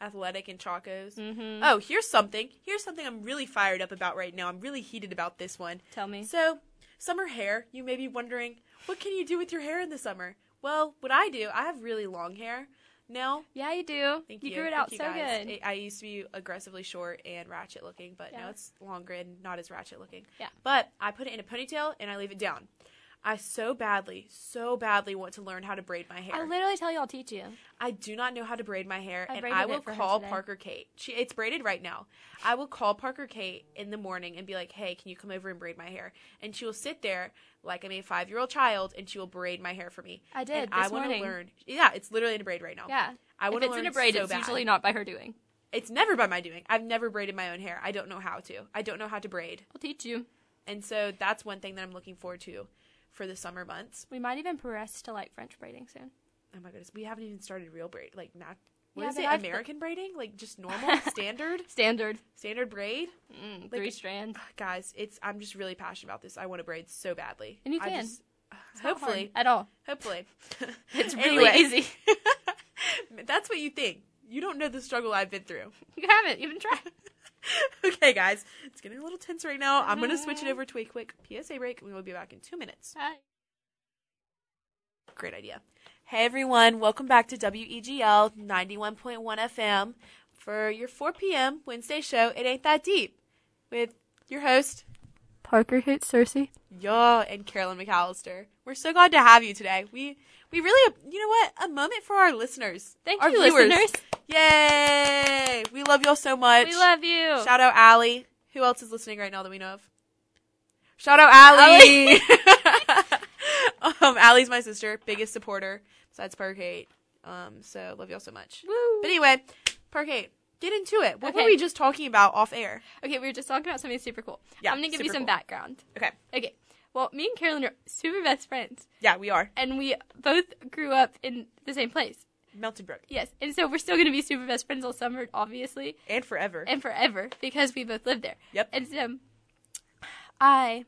Speaker 2: athletic and chacos.
Speaker 1: Mm-hmm.
Speaker 2: Oh, here's something. Here's something I'm really fired up about right now. I'm really heated about this one.
Speaker 1: Tell me.
Speaker 2: So, summer hair. You may be wondering, what can you do with your hair in the summer? Well, what I do, I have really long hair. Now,
Speaker 1: Yeah, you do.
Speaker 2: thank
Speaker 1: you
Speaker 2: you.
Speaker 1: grew it
Speaker 2: Thank
Speaker 1: out
Speaker 2: you
Speaker 1: so
Speaker 2: guys.
Speaker 1: good.
Speaker 2: It- I used to be aggressively short and ratchet looking, but
Speaker 1: Yeah.
Speaker 2: now it's longer and not as ratchet looking.
Speaker 1: Yeah.
Speaker 2: But I put it in a ponytail and I leave it down. I so badly, so badly want to learn how to braid my hair.
Speaker 1: I literally tell you, I'll teach you.
Speaker 2: I do not know how to braid my hair,
Speaker 1: I
Speaker 2: and
Speaker 1: braided
Speaker 2: I
Speaker 1: it
Speaker 2: will
Speaker 1: for her
Speaker 2: call
Speaker 1: today.
Speaker 2: Parker Kate. She it's braided right now. I will call Parker Kate in the morning and be like, "Hey, can you come over and braid my hair?" And she will sit there like I'm a five year old child, and she will braid my hair for me.
Speaker 1: I did
Speaker 2: And
Speaker 1: this
Speaker 2: I want
Speaker 1: morning.
Speaker 2: to learn. Yeah, it's literally in a braid right now.
Speaker 1: Yeah.
Speaker 2: I
Speaker 1: If
Speaker 2: want to
Speaker 1: it's
Speaker 2: learn
Speaker 1: in a braid,
Speaker 2: so
Speaker 1: it's
Speaker 2: bad.
Speaker 1: usually not by her doing.
Speaker 2: It's never by my doing. I've never braided my own hair. I don't know how to. I don't know how to braid,
Speaker 1: I'll teach you.
Speaker 2: and so that's one thing that I'm looking forward to for the summer months.
Speaker 1: We might even progress to like French braiding soon.
Speaker 2: Oh my goodness, we haven't even started real braid like not. What
Speaker 1: Yeah,
Speaker 2: is
Speaker 1: but
Speaker 2: it?
Speaker 1: I've-
Speaker 2: American braiding?
Speaker 1: <laughs>
Speaker 2: Like just normal standard?
Speaker 1: Standard.
Speaker 2: standard braid
Speaker 1: Mm,
Speaker 2: Like-
Speaker 1: three strands.
Speaker 2: guys it's i'm just really passionate about this i want to braid so badly
Speaker 1: And you
Speaker 2: I
Speaker 1: can.
Speaker 2: just-
Speaker 1: It's not
Speaker 2: hopefully
Speaker 1: hard At all.
Speaker 2: hopefully
Speaker 1: <laughs> It's
Speaker 2: <laughs>
Speaker 1: really
Speaker 2: Anyway,
Speaker 1: easy.
Speaker 2: that's what you think you don't know the struggle i've been through
Speaker 1: You haven't even tried.
Speaker 2: <laughs> okay guys it's getting a little tense right now i'm gonna switch it over to a quick psa break and we will be back in two minutes Great idea. Hey everyone, welcome back to E WEGL 91.1 FM for your 4 p.m. Wednesday show, It Ain't That Deep, with your host,
Speaker 1: Parker hates Cersei.
Speaker 2: Yo and Carolyn McAllister. We're so glad to have you today. We we really you know what? A moment for our listeners.
Speaker 1: Thank
Speaker 2: our
Speaker 1: you,
Speaker 2: viewers.
Speaker 1: listeners.
Speaker 2: Yay! We love y'all so much.
Speaker 1: We love you.
Speaker 2: Shout out Allie. Who else is listening right now that we know of? Shout out Allie. <laughs> um, Allie's my sister, biggest supporter besides Park Eight. Um, so love y'all so much.
Speaker 1: Woo.
Speaker 2: But anyway, Park Eight, get into it. What were
Speaker 1: Okay.
Speaker 2: we just talking about off air?
Speaker 1: Okay, we were just talking about something super cool.
Speaker 2: Yeah,
Speaker 1: I'm gonna give you
Speaker 2: super
Speaker 1: some
Speaker 2: cool.
Speaker 1: background.
Speaker 2: Okay.
Speaker 1: Okay. Well, me and Carolyn are super best friends,
Speaker 2: Yeah, we are.
Speaker 1: and we both grew up in the same place.
Speaker 2: Mountain Brook.
Speaker 1: Yes, and so we're still gonna be super best friends all summer, obviously,
Speaker 2: And <laughs> forever.
Speaker 1: and forever because we both live there.
Speaker 2: Yep.
Speaker 1: And so, I.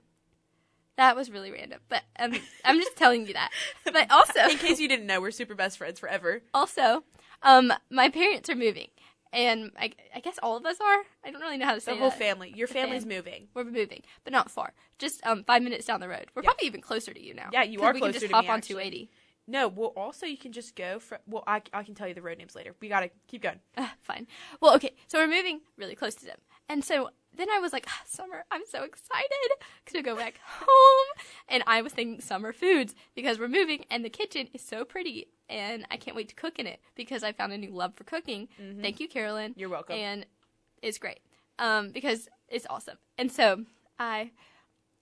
Speaker 1: That was really random, but um, I'm just telling you that. <laughs> But also,
Speaker 2: in case you didn't know, we're super best friends forever.
Speaker 1: also, um, my parents are moving, and I, I guess all of us are. I don't really know how to say
Speaker 2: The whole
Speaker 1: that.
Speaker 2: family. Your
Speaker 1: The
Speaker 2: family's
Speaker 1: fam-
Speaker 2: moving.
Speaker 1: We're moving, but not far. Just um, five minutes down the road. We're probably even closer to you now.
Speaker 2: Yeah, you
Speaker 1: 'cause
Speaker 2: are
Speaker 1: we
Speaker 2: closer
Speaker 1: can just
Speaker 2: to
Speaker 1: hop
Speaker 2: me,
Speaker 1: on
Speaker 2: actually.
Speaker 1: <laughs> 280.
Speaker 2: No, well, also you can just go from. Well, I, I can tell you the
Speaker 1: Ah,
Speaker 2: road names later. We gotta keep going.
Speaker 1: Ugh, fine. Well, okay. So we're moving really close to them, and so then I was like, "Ah, summer, I'm so excited to go back home. And I was thinking summer foods because we're moving and the kitchen is so pretty and I can't wait to cook in it because I found a new love for cooking.
Speaker 2: Mm-hmm.
Speaker 1: Thank you, Carolyn.
Speaker 2: You're welcome.
Speaker 1: And it's great um, because it's awesome. And so I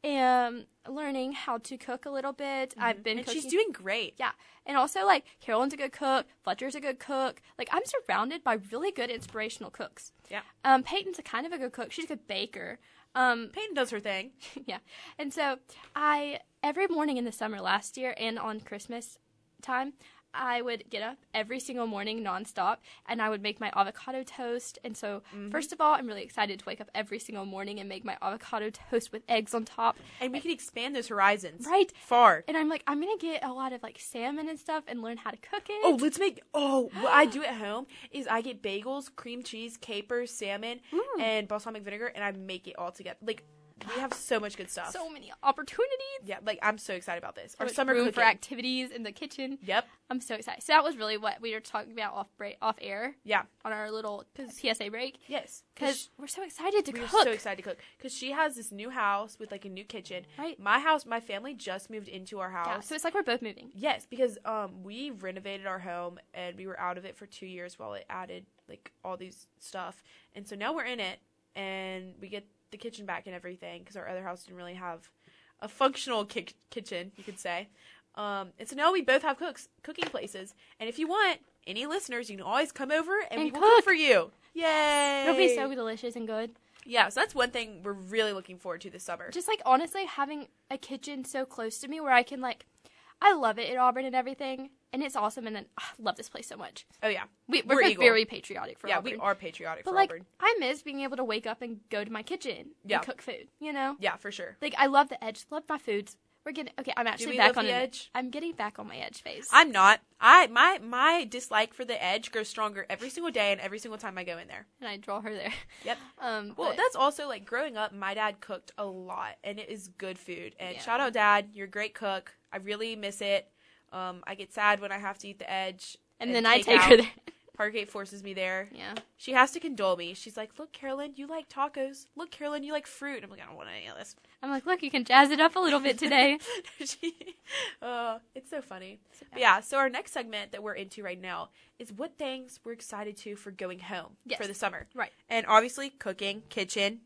Speaker 1: am learning how to cook a little bit. I've been
Speaker 2: Mm-hmm. and
Speaker 1: cooking.
Speaker 2: she's doing great.
Speaker 1: Yeah. And also, like, Carolyn's a good cook. Fletcher's a good cook. Like, I'm surrounded by really good inspirational cooks.
Speaker 2: Yeah.
Speaker 1: Um, Peyton's a kind of a good cook. She's a good baker. Um,
Speaker 2: Peyton does her thing.
Speaker 1: <laughs> yeah. And so I, every morning in the summer last year and on Christmas time, I would get up every single morning nonstop and I would make my avocado toast. And so,
Speaker 2: Mm-hmm.
Speaker 1: first of all, I'm really excited to wake up every single morning and make my avocado toast with eggs on top.
Speaker 2: And we could expand those horizons.
Speaker 1: Right.
Speaker 2: Far.
Speaker 1: And I'm like, I'm going to get a lot of like salmon and stuff and learn how to cook it.
Speaker 2: Oh, let's make. Oh, what I do at home is I get bagels, cream cheese, capers, salmon,
Speaker 1: Mm.
Speaker 2: and balsamic vinegar, and I make it all together. Like, we have so much good stuff.
Speaker 1: so many opportunities.
Speaker 2: yeah, like I'm so excited about this. Our
Speaker 1: much
Speaker 2: summer
Speaker 1: room
Speaker 2: cooking.
Speaker 1: for activities in the kitchen.
Speaker 2: Yep.
Speaker 1: I'm so excited. So that was really what we were talking about off break, off air
Speaker 2: Yeah.
Speaker 1: on our little PSA break
Speaker 2: Yes.
Speaker 1: because we're so excited to
Speaker 2: we
Speaker 1: cook.
Speaker 2: are so excited to cook because she has this new house with like a new kitchen.
Speaker 1: Right.
Speaker 2: My house, my family just moved into our
Speaker 1: Yeah,
Speaker 2: house.
Speaker 1: so it's like we're both moving.
Speaker 2: yes, because um we renovated our home and we were out of it for two years while it added like all these stuff, and so now we're in it and we get the kitchen back and everything because our other house didn't really have a functional ki- kitchen, you could say. Um, and so now we both have cooks cooking places, and if you want any listeners, you can always come over and, we
Speaker 1: And
Speaker 2: will cook
Speaker 1: cook.
Speaker 2: for you. Yay!
Speaker 1: It'll be so delicious and good.
Speaker 2: Yeah, so that's one thing we're really looking forward to this summer.
Speaker 1: Just like honestly, having a kitchen so close to me where I can like, I love it in Auburn and everything, and it's awesome. And then ah, I love this place so much.
Speaker 2: oh yeah,
Speaker 1: We, we're,
Speaker 2: We're
Speaker 1: both
Speaker 2: Eagle.
Speaker 1: very patriotic for
Speaker 2: yeah,
Speaker 1: Auburn.
Speaker 2: we are patriotic
Speaker 1: But
Speaker 2: for
Speaker 1: like,
Speaker 2: Auburn.
Speaker 1: I miss being able to wake up and go to my kitchen
Speaker 2: Yeah.
Speaker 1: and cook food. You know.
Speaker 2: Yeah, for sure.
Speaker 1: Like I love the edge. Love my foods. We're getting okay. I'm actually
Speaker 2: we
Speaker 1: back
Speaker 2: love
Speaker 1: on
Speaker 2: the
Speaker 1: an-
Speaker 2: edge?
Speaker 1: I'm getting back on my edge phase.
Speaker 2: I'm not. I my my dislike for the edge grows stronger every single day and every single time I go in there.
Speaker 1: and I draw her there.
Speaker 2: Yep.
Speaker 1: <laughs> Um.
Speaker 2: Well,
Speaker 1: but-
Speaker 2: that's also like growing up. My dad cooked a lot, and it is good food. And
Speaker 1: Yeah.
Speaker 2: shout out, Dad, you're a great cook. I really miss it. Um, I get sad when I have to eat the edge,
Speaker 1: and, then I take <laughs>
Speaker 2: out.
Speaker 1: her there.
Speaker 2: Parkgate forces me there.
Speaker 1: yeah.
Speaker 2: She has to condole me. She's like, "Look, Carolyn, you like tacos. Look, Carolyn, you like fruit." I'm like, "I don't want any of this."
Speaker 1: I'm like, look, you can jazz it up a little bit today.
Speaker 2: <laughs> She- oh, it's so funny. But yeah, so our next segment that we're into right now is what things we're excited to for going home
Speaker 1: Yes.
Speaker 2: for the summer.
Speaker 1: right.
Speaker 2: And obviously cooking, kitchen,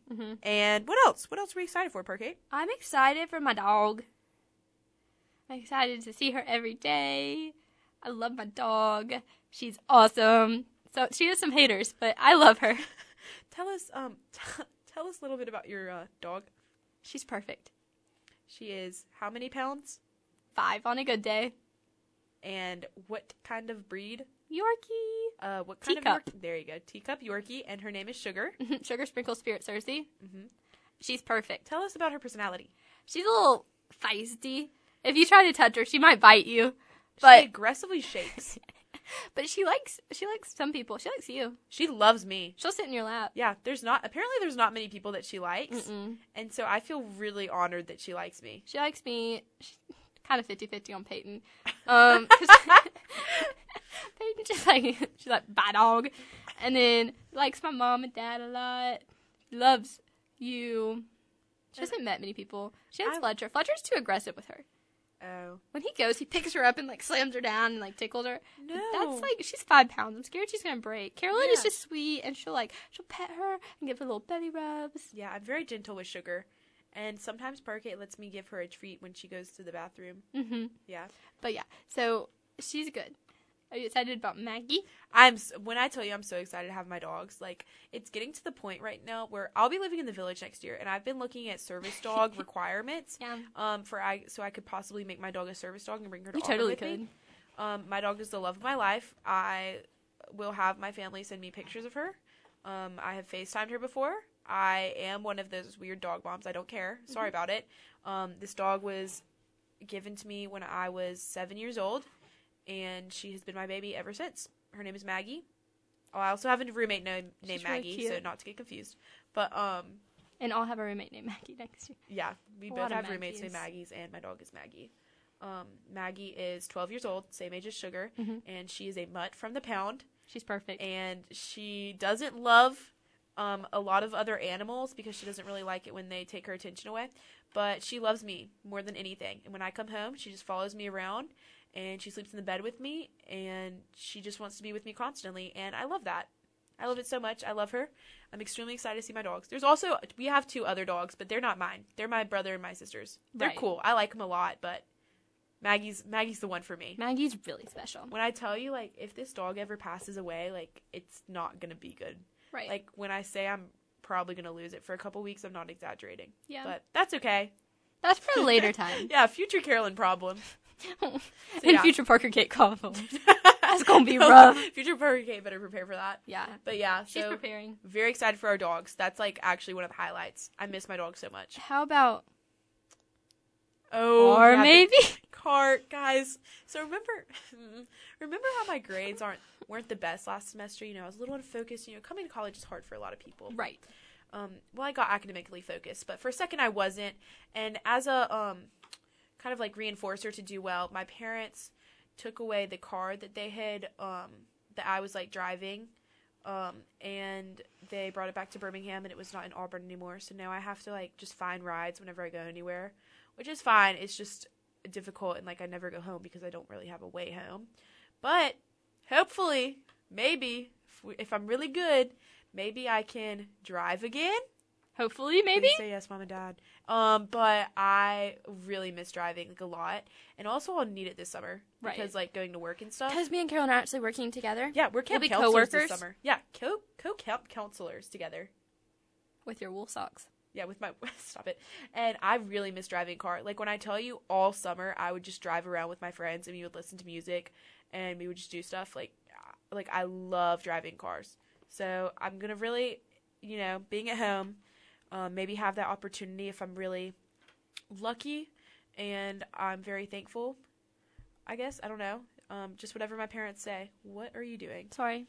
Speaker 2: and what else? What else are we excited for, Parkate?
Speaker 1: I'm excited for my dog. I'm excited to see her every day. I love my dog. She's awesome. So she has some haters, but I love her.
Speaker 2: Tell us, um, <laughs> tell us a little bit about your uh, dog.
Speaker 1: She's perfect.
Speaker 2: She is how many pounds
Speaker 1: Five on a good day.
Speaker 2: and what kind of breed?
Speaker 1: Yorkie. <laughs>
Speaker 2: Uh, what kind
Speaker 1: Teacup.
Speaker 2: of Yorkie? There you go, teacup Yorkie, and her name is Sugar.
Speaker 1: Sugar Sprinkle Spirit Cersei. She's perfect.
Speaker 2: Tell us about her personality.
Speaker 1: She's a little feisty. If you try to touch her, she might bite you.
Speaker 2: she
Speaker 1: But
Speaker 2: aggressively shakes.
Speaker 1: <laughs> but she likes she likes some people. She likes you.
Speaker 2: she loves me.
Speaker 1: She'll sit in your lap.
Speaker 2: Yeah, there's not apparently there's not many people that she likes.
Speaker 1: Mm-mm.
Speaker 2: And so I feel really honored that she likes me.
Speaker 1: She likes me. She's kind of 50-50 on Peyton. Um, 'cause- <laughs> Peyton just like she's like bad dog, and then likes my mom and dad a lot. Loves you. She hasn't met many people. She has
Speaker 2: I-
Speaker 1: Fletcher. Fletcher's too aggressive with her.
Speaker 2: Oh.
Speaker 1: When he goes, he picks her up and like slams her down and like tickles her.
Speaker 2: No.
Speaker 1: That's like she's five pounds. I'm scared she's gonna break. Caroline is
Speaker 2: Yeah.
Speaker 1: just sweet, and she'll like she'll pet her and give her little belly rubs.
Speaker 2: Yeah, I'm very gentle with sugar. And sometimes Parquet lets me give her a treat when she goes to the bathroom.
Speaker 1: hmm
Speaker 2: Yeah.
Speaker 1: But yeah, so she's good. Are you excited about Maggie?
Speaker 2: I'm s- when I tell you I'm so excited to have my dogs, like it's getting to the point right now where I'll be living in the village next year and I've been looking at
Speaker 1: <laughs>
Speaker 2: service dog requirements.
Speaker 1: Yeah.
Speaker 2: Um for I so I could possibly make my dog a service dog and bring her to
Speaker 1: You
Speaker 2: Auburn
Speaker 1: totally
Speaker 2: with me.
Speaker 1: could.
Speaker 2: Um, my dog is the love of my life. I will have my family send me pictures of her. Um, I have FaceTimed her before. I am one of those weird dog moms. I don't care. Sorry
Speaker 1: Mm-hmm.
Speaker 2: about it. Um, this dog was given to me when I was seven years old, and she has been my baby ever since. Her name is Maggie. Oh, I also have a roommate no- named
Speaker 1: She's really
Speaker 2: Maggie, so
Speaker 1: cute.
Speaker 2: not to get confused. But um,
Speaker 1: And I'll have a roommate named Maggie next year.
Speaker 2: yeah, we
Speaker 1: A
Speaker 2: both
Speaker 1: lot of
Speaker 2: have roommates named
Speaker 1: Maggies.
Speaker 2: Maggie's, and my dog is Maggie. Um, Maggie is 12 years old, same age as Sugar,
Speaker 1: Mm-hmm.
Speaker 2: and she is a mutt from the pound,
Speaker 1: She's perfect.
Speaker 2: and she doesn't love um, a lot of other animals because she doesn't really like it when they take her attention away. But she loves me more than anything. And when I come home, she just follows me around and she sleeps in the bed with me and she just wants to be with me constantly. And I love that. I love it so much. I love her. I'm extremely excited to see my dogs. There's also, we have two other dogs, but they're not mine. They're my brother and my sister's. They're
Speaker 1: Right.
Speaker 2: cool. I like them a lot, but Maggie's Maggie's the one for me.
Speaker 1: Maggie's really special.
Speaker 2: When I tell you, like, if this dog ever passes away, like, it's not gonna be good.
Speaker 1: Right.
Speaker 2: Like when I say I'm probably gonna lose it for a couple weeks, I'm not exaggerating.
Speaker 1: yeah.
Speaker 2: But that's okay.
Speaker 1: That's
Speaker 2: <laughs>
Speaker 1: for a later time.
Speaker 2: Yeah, future
Speaker 1: <laughs>
Speaker 2: Carolyn problem.
Speaker 1: and
Speaker 2: yeah. <laughs>
Speaker 1: future Parker Kate Coffin.
Speaker 2: that's
Speaker 1: gonna
Speaker 2: <laughs>
Speaker 1: be rough.
Speaker 2: Future Parker Kate better prepare for that.
Speaker 1: Yeah.
Speaker 2: But yeah,
Speaker 1: She's
Speaker 2: so
Speaker 1: preparing.
Speaker 2: very excited for our dogs. That's like actually one of the highlights. I miss my dog so
Speaker 1: <laughs>
Speaker 2: much.
Speaker 1: How about
Speaker 2: Oh,
Speaker 1: or
Speaker 2: yeah, the
Speaker 1: maybe
Speaker 2: <laughs> cart guys. So remember, <laughs> remember how my grades aren't weren't the best last semester. You know, I was a little unfocused. You know, coming to college is hard for a lot of people.
Speaker 1: right.
Speaker 2: um, well, I got academically focused, but for a second I wasn't. And as a um, kind of like reinforcer to do well, my parents took away the car that they had um, that I was like driving, um, and they brought it back to Birmingham, and it was not in Auburn anymore. So now I have to like just find rides whenever I go anywhere, which is fine. It's just difficult, and like I never go home because I don't really have a way home. But hopefully, maybe if, we, if I'm really good, maybe I can drive again.
Speaker 1: Hopefully, maybe.
Speaker 2: Please say yes, mom and dad. Um, but I really miss driving like a lot, and also I'll need it this summer
Speaker 1: Right.
Speaker 2: because like going to work and stuff.
Speaker 1: Because me and Carolyn are actually working together
Speaker 2: Yeah, we're camp
Speaker 1: be
Speaker 2: counselors
Speaker 1: coworkers?
Speaker 2: this summer. Yeah, co co camp counselors together.
Speaker 1: with your wool socks.
Speaker 2: Yeah, with my <laughs> stop it. And I really miss driving a car. Like when I tell you all summer, I would just drive around with my friends and we would listen to music and we would just do stuff. Like, I- like I love driving cars. So I'm gonna really, you know, being at home, um, maybe have that opportunity if I'm really lucky, and I'm very thankful. I guess I don't know. Um, just whatever my parents say. What are you doing?
Speaker 1: Sorry,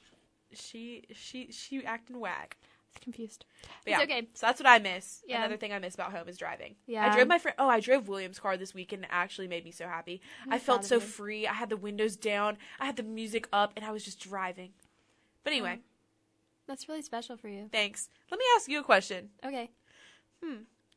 Speaker 2: She she she acting whack.
Speaker 1: I was confused.
Speaker 2: But yeah.
Speaker 1: It's okay.
Speaker 2: So that's what I miss.
Speaker 1: Yeah.
Speaker 2: Another thing I miss about home is driving.
Speaker 1: Yeah.
Speaker 2: I drove my friend. Oh, I drove William's car this weekend. and It actually made me so happy.
Speaker 1: I'm
Speaker 2: I felt
Speaker 1: proud
Speaker 2: so
Speaker 1: of you.
Speaker 2: free. I had the windows down. I had the music up, and I was just driving. But anyway,
Speaker 1: Mm-hmm. That's really special for you.
Speaker 2: thanks. Let me ask you a question.
Speaker 1: Okay.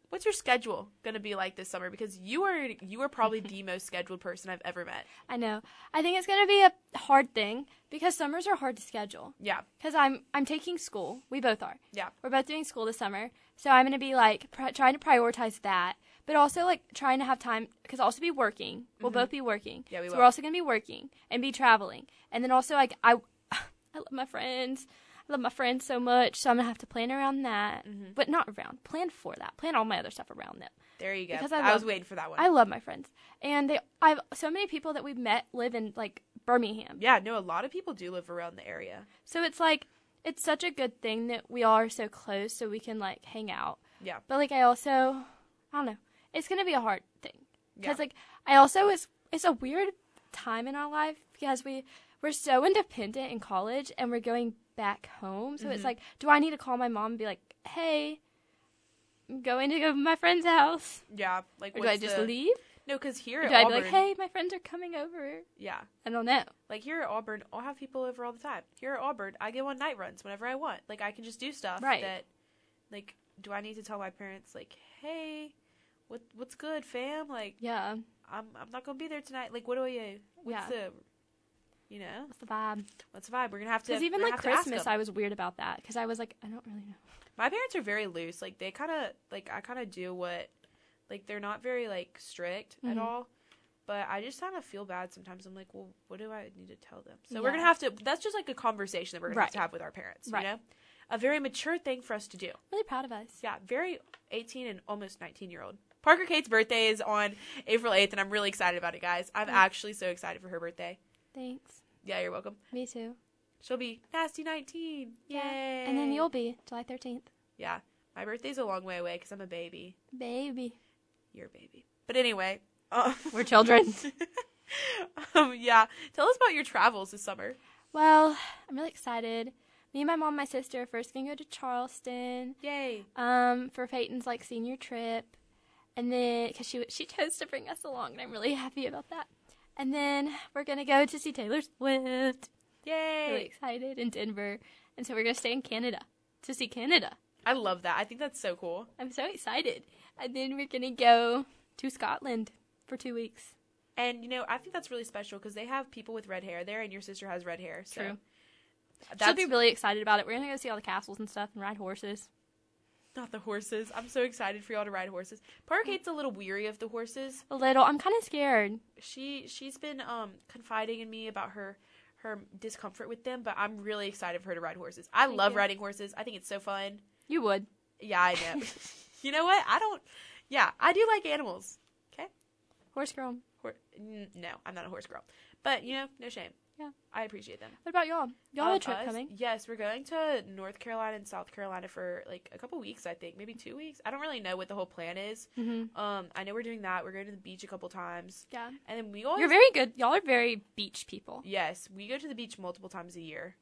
Speaker 2: What's your schedule gonna be like this summer? Because you are you
Speaker 1: <laughs>
Speaker 2: are probably the most scheduled person I've ever met.
Speaker 1: I know. I think it's gonna be a hard thing because summers are hard to schedule.
Speaker 2: Yeah.
Speaker 1: Because I'm I'm taking school. We both are.
Speaker 2: Yeah.
Speaker 1: We're both doing school this summer, so I'm gonna be like pri trying to prioritize that, but also like trying to have time because I'll also be working. We'll both be working.
Speaker 2: Mm-hmm. Yeah, we
Speaker 1: so
Speaker 2: will.
Speaker 1: we're also gonna be working and be traveling, and then also like I, <sighs> I love my friends. I love my friends so much, so I'm gonna have to plan around that,
Speaker 2: Mm-hmm.
Speaker 1: but not around. Plan for that. Plan all my other stuff around them.
Speaker 2: There you go.
Speaker 1: Because
Speaker 2: I,
Speaker 1: I love-
Speaker 2: was waiting for that one.
Speaker 1: I love my friends, and they. I've so many people that we've met live in like Birmingham,
Speaker 2: yeah. No, a lot of people do live around the area.
Speaker 1: so it's like it's such a good thing that we all are so close, so we can like hang out.
Speaker 2: Yeah.
Speaker 1: But like I also, I don't know. It's gonna be a hard thing
Speaker 2: Yeah.
Speaker 1: because like I also it's it's a weird time in our life because we we're so independent in college and we're going back home. So
Speaker 2: Mm-hmm.
Speaker 1: it's like, do I need to call my mom and be like, hey, I'm going to go to my friend's house,
Speaker 2: Yeah. Like,
Speaker 1: or do
Speaker 2: what's
Speaker 1: I just
Speaker 2: the-
Speaker 1: leave?
Speaker 2: No, because here
Speaker 1: Or
Speaker 2: at
Speaker 1: do I be
Speaker 2: Auburn,
Speaker 1: like, hey, my friends are coming over?
Speaker 2: yeah.
Speaker 1: I don't know.
Speaker 2: Like here at Auburn, I'll have people over all the time. Here at Auburn, I go on night runs whenever I want. Like I can just do stuff
Speaker 1: Right.
Speaker 2: that like do I need to tell my parents like, "Hey, what what's good, fam? Like
Speaker 1: Yeah,
Speaker 2: I'm I'm not going to be there tonight. Like what do I what's
Speaker 1: Yeah.
Speaker 2: the you know,
Speaker 1: what's the vibe?
Speaker 2: what's the vibe? We're going to have to
Speaker 1: Because even
Speaker 2: we're gonna
Speaker 1: like
Speaker 2: have to ask
Speaker 1: Christmas,
Speaker 2: 'em.
Speaker 1: I was weird about that because I was like, I don't really know.
Speaker 2: My parents are very loose. Like they kind of like I kind of do what like they're not very like strict at
Speaker 1: Mhm.
Speaker 2: all. But I just kind of feel bad sometimes. I'm like, well, what do I need to tell them? So we're
Speaker 1: Yeah.
Speaker 2: gonna have to. That's just like a conversation that we're gonna have to
Speaker 1: Right.
Speaker 2: have with our parents.
Speaker 1: Right.
Speaker 2: You know, a very mature thing for us to do.
Speaker 1: Really proud of us.
Speaker 2: Yeah, very 18 and almost 19 year old. Parker Kate's birthday is on April 8th, and I'm really excited about it, guys.
Speaker 1: Mm.
Speaker 2: I'm actually so excited for her birthday.
Speaker 1: Thanks.
Speaker 2: Yeah, you're welcome.
Speaker 1: Me too.
Speaker 2: She'll be nasty 19. Yay!
Speaker 1: And then you'll be July 13th.
Speaker 2: Yeah, my birthday's a long way away because I'm a baby.
Speaker 1: Baby.
Speaker 2: You're a baby. But anyway, um,
Speaker 1: <laughs> We're children.
Speaker 2: <laughs> um, yeah. Tell us about your travels this summer.
Speaker 1: well, I'm really excited. Me and my mom and my sister are first going to go to Charleston
Speaker 2: Yay!
Speaker 1: um, for Peyton's like senior trip. And then, because she, she chose to bring us along, and I'm really happy about that. And then we're going to go to see Taylor Swift.
Speaker 2: Yay!
Speaker 1: Really excited in Denver. And so we're going to stay in Canada. to see Canada.
Speaker 2: I love that. I think that's so cool.
Speaker 1: I'm so excited. And then we're going to go to Scotland for two weeks.
Speaker 2: And you know, I think that's really special because they have people with red hair there, and your sister has red hair. So
Speaker 1: True. She'll
Speaker 2: That's
Speaker 1: be really excited about it. We're going to go see all the castles and stuff and ride horses.
Speaker 2: not the horses. I'm so excited for y'all to ride horses. Parker Kate's a little weary of the horses.
Speaker 1: A little. I'm kind of scared.
Speaker 2: She she's been um confiding in me about her her discomfort with them, but I'm really excited for her to ride horses. I
Speaker 1: Thank
Speaker 2: love
Speaker 1: you.
Speaker 2: riding horses. I think it's so fun.
Speaker 1: You would.
Speaker 2: Yeah, I know. you know what? I don't. Yeah, I do like animals.
Speaker 1: <laughs> Horse girl.
Speaker 2: Hor- n- no, I'm not a horse girl. But you know, no shame.
Speaker 1: Yeah.
Speaker 2: I appreciate them.
Speaker 1: What about y'all? Y'all have a
Speaker 2: Um,
Speaker 1: trip
Speaker 2: us-
Speaker 1: coming.
Speaker 2: Yes, we're going to North Carolina and South Carolina for like a couple weeks, I think, maybe two weeks. I don't really know what the whole plan is.
Speaker 1: Mm-hmm.
Speaker 2: Um, I know we're doing that. We're going to the beach a couple times,
Speaker 1: Yeah.
Speaker 2: and then we always
Speaker 1: You're very good. Y'all are very beach people.
Speaker 2: yes, we go to the beach multiple times a year.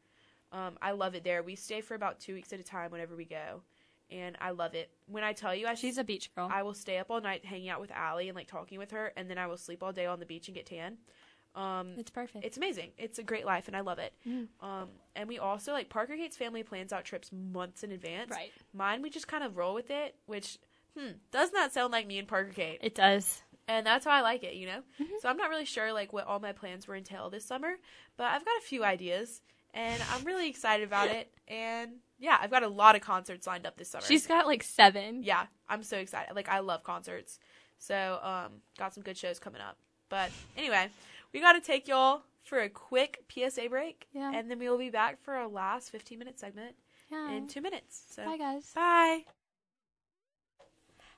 Speaker 2: Um, I love it there. We stay for about two weeks at a time whenever we go, and I love it. When I tell you, I
Speaker 1: She's a beach girl.
Speaker 2: I will stay up all night hanging out with Allie and like talking with her, and then I will sleep all day on the beach and get tan. Um,
Speaker 1: it's perfect.
Speaker 2: it's amazing. It's a great life, and I love it.
Speaker 1: Mm.
Speaker 2: Um, and we also like Parker Kate's family plans out trips months in advance.
Speaker 1: right.
Speaker 2: Mine, we just kind of roll with it, which hmm, does not sound like me and Parker Kate,
Speaker 1: It does.
Speaker 2: and that's how I like it, you know.
Speaker 1: Mhm.
Speaker 2: So I'm not really sure like what all my plans were entail this summer, but I've got a few ideas, and I'm really
Speaker 1: <laughs>
Speaker 2: excited about it. And yeah, I've got a lot of concerts lined up this summer.
Speaker 1: She's got like seven.
Speaker 2: yeah, I'm so excited. Like I love concerts, so um, got some good shows coming up. But anyway, we got to take y'all for a quick PSA break,
Speaker 1: Yeah.
Speaker 2: and then we will be back for our last 15 minute segment
Speaker 1: Yeah.
Speaker 2: in two minutes. So
Speaker 1: Bye, guys.
Speaker 2: bye.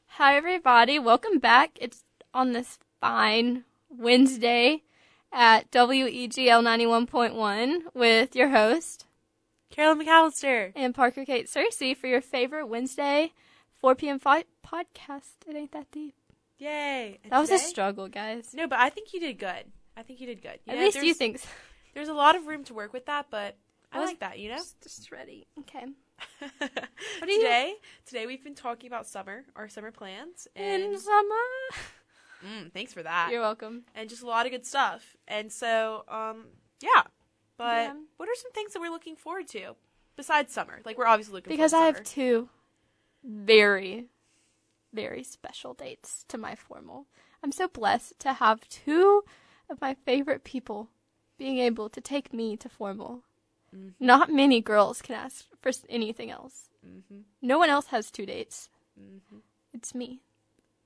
Speaker 1: Hi, everybody. Welcome back. It's on this fine Wednesday at E WEGL 91.1 with your host
Speaker 2: Carolyn McAllister.
Speaker 1: and Parker Kate Cersei for your favorite Wednesday 4 p.m. Fi- podcast. It ain't that deep.
Speaker 2: Yay. And
Speaker 1: That was a
Speaker 2: today-
Speaker 1: struggle, guys.
Speaker 2: No, but I think you did good. I think you did good.
Speaker 1: At
Speaker 2: know,
Speaker 1: least you
Speaker 2: there's-
Speaker 1: think so.
Speaker 2: There's a lot of room to work with that, but I,
Speaker 1: I was-
Speaker 2: like that, you know?
Speaker 1: Just, just ready. Okay.
Speaker 2: what
Speaker 1: do you-
Speaker 2: <laughs> today, today we've been talking about summer, our summer plans, and
Speaker 1: In summer.
Speaker 2: Mm, thanks for that.
Speaker 1: You're welcome.
Speaker 2: and just a lot of good stuff. And so, um, yeah. But
Speaker 1: Yeah.
Speaker 2: what are some things that we're looking forward to besides summer? Like we're obviously looking
Speaker 1: Because I
Speaker 2: forward to
Speaker 1: have two very, very special dates to my formal. I'm so blessed to have two of my favorite people being able to take me to formal.
Speaker 2: Mhm.
Speaker 1: Not many girls can ask for s- anything else.
Speaker 2: hmm
Speaker 1: No one else has two dates.
Speaker 2: hmm
Speaker 1: It's me.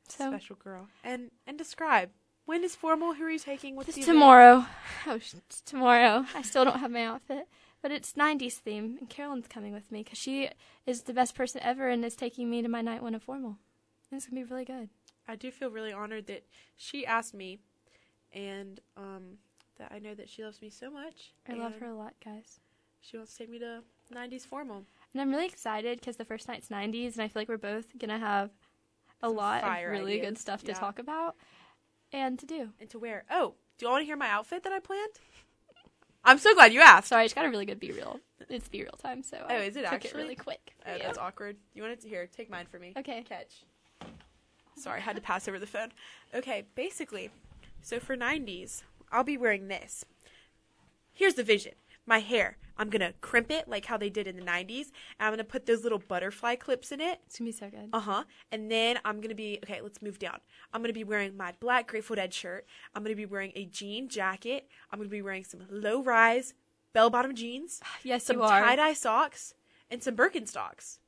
Speaker 1: So
Speaker 2: special girl. And and describe when is formal? Who are you taking? What's
Speaker 1: this
Speaker 2: the event?
Speaker 1: tomorrow. Oh, sh- it's tomorrow. I still don't have my outfit, but it's 90s theme, and Carolyn's coming with me because she is the best person ever and is taking me to my night one of formal. And it's gonna be really good.
Speaker 2: I do feel really honored that she asked me, and um, that I know that she loves me so much.
Speaker 1: I love
Speaker 2: and
Speaker 1: her a lot, guys.
Speaker 2: She wants to take me to '90s formal.
Speaker 1: And I'm really excited because the first night's 90s, and I feel like we're both gonna have a
Speaker 2: Some
Speaker 1: lot of
Speaker 2: fire
Speaker 1: really good
Speaker 2: ideas,
Speaker 1: stuff to
Speaker 2: yeah.
Speaker 1: talk about and to do.
Speaker 2: And to wear. Oh, do you want to hear my outfit that I planned? I'm so glad you asked.
Speaker 1: Sorry, I just got a really good be real. It's be real time, so I
Speaker 2: Oh, is it
Speaker 1: took
Speaker 2: actually?
Speaker 1: it really quick. for
Speaker 2: Oh,
Speaker 1: you.
Speaker 2: that's awkward. You wanted to hear? Take mine for me.
Speaker 1: Okay.
Speaker 2: Catch. Sorry, had to pass over the phone. Okay, basically, so for 90s, I'll be wearing this. Here's the vision. My hair, I'm gonna crimp it like how they did in the 90s, and I'm gonna put those little butterfly clips in it.
Speaker 1: It's gonna be so good.
Speaker 2: Uh huh. And then I'm gonna be okay. Let's move down. I'm gonna be wearing my black Grateful Dead shirt. I'm gonna be wearing a jean jacket. I'm gonna be wearing some low rise bell bottom jeans
Speaker 1: yes,
Speaker 2: some
Speaker 1: you are.
Speaker 2: tie dye socks and some Birkenstocks.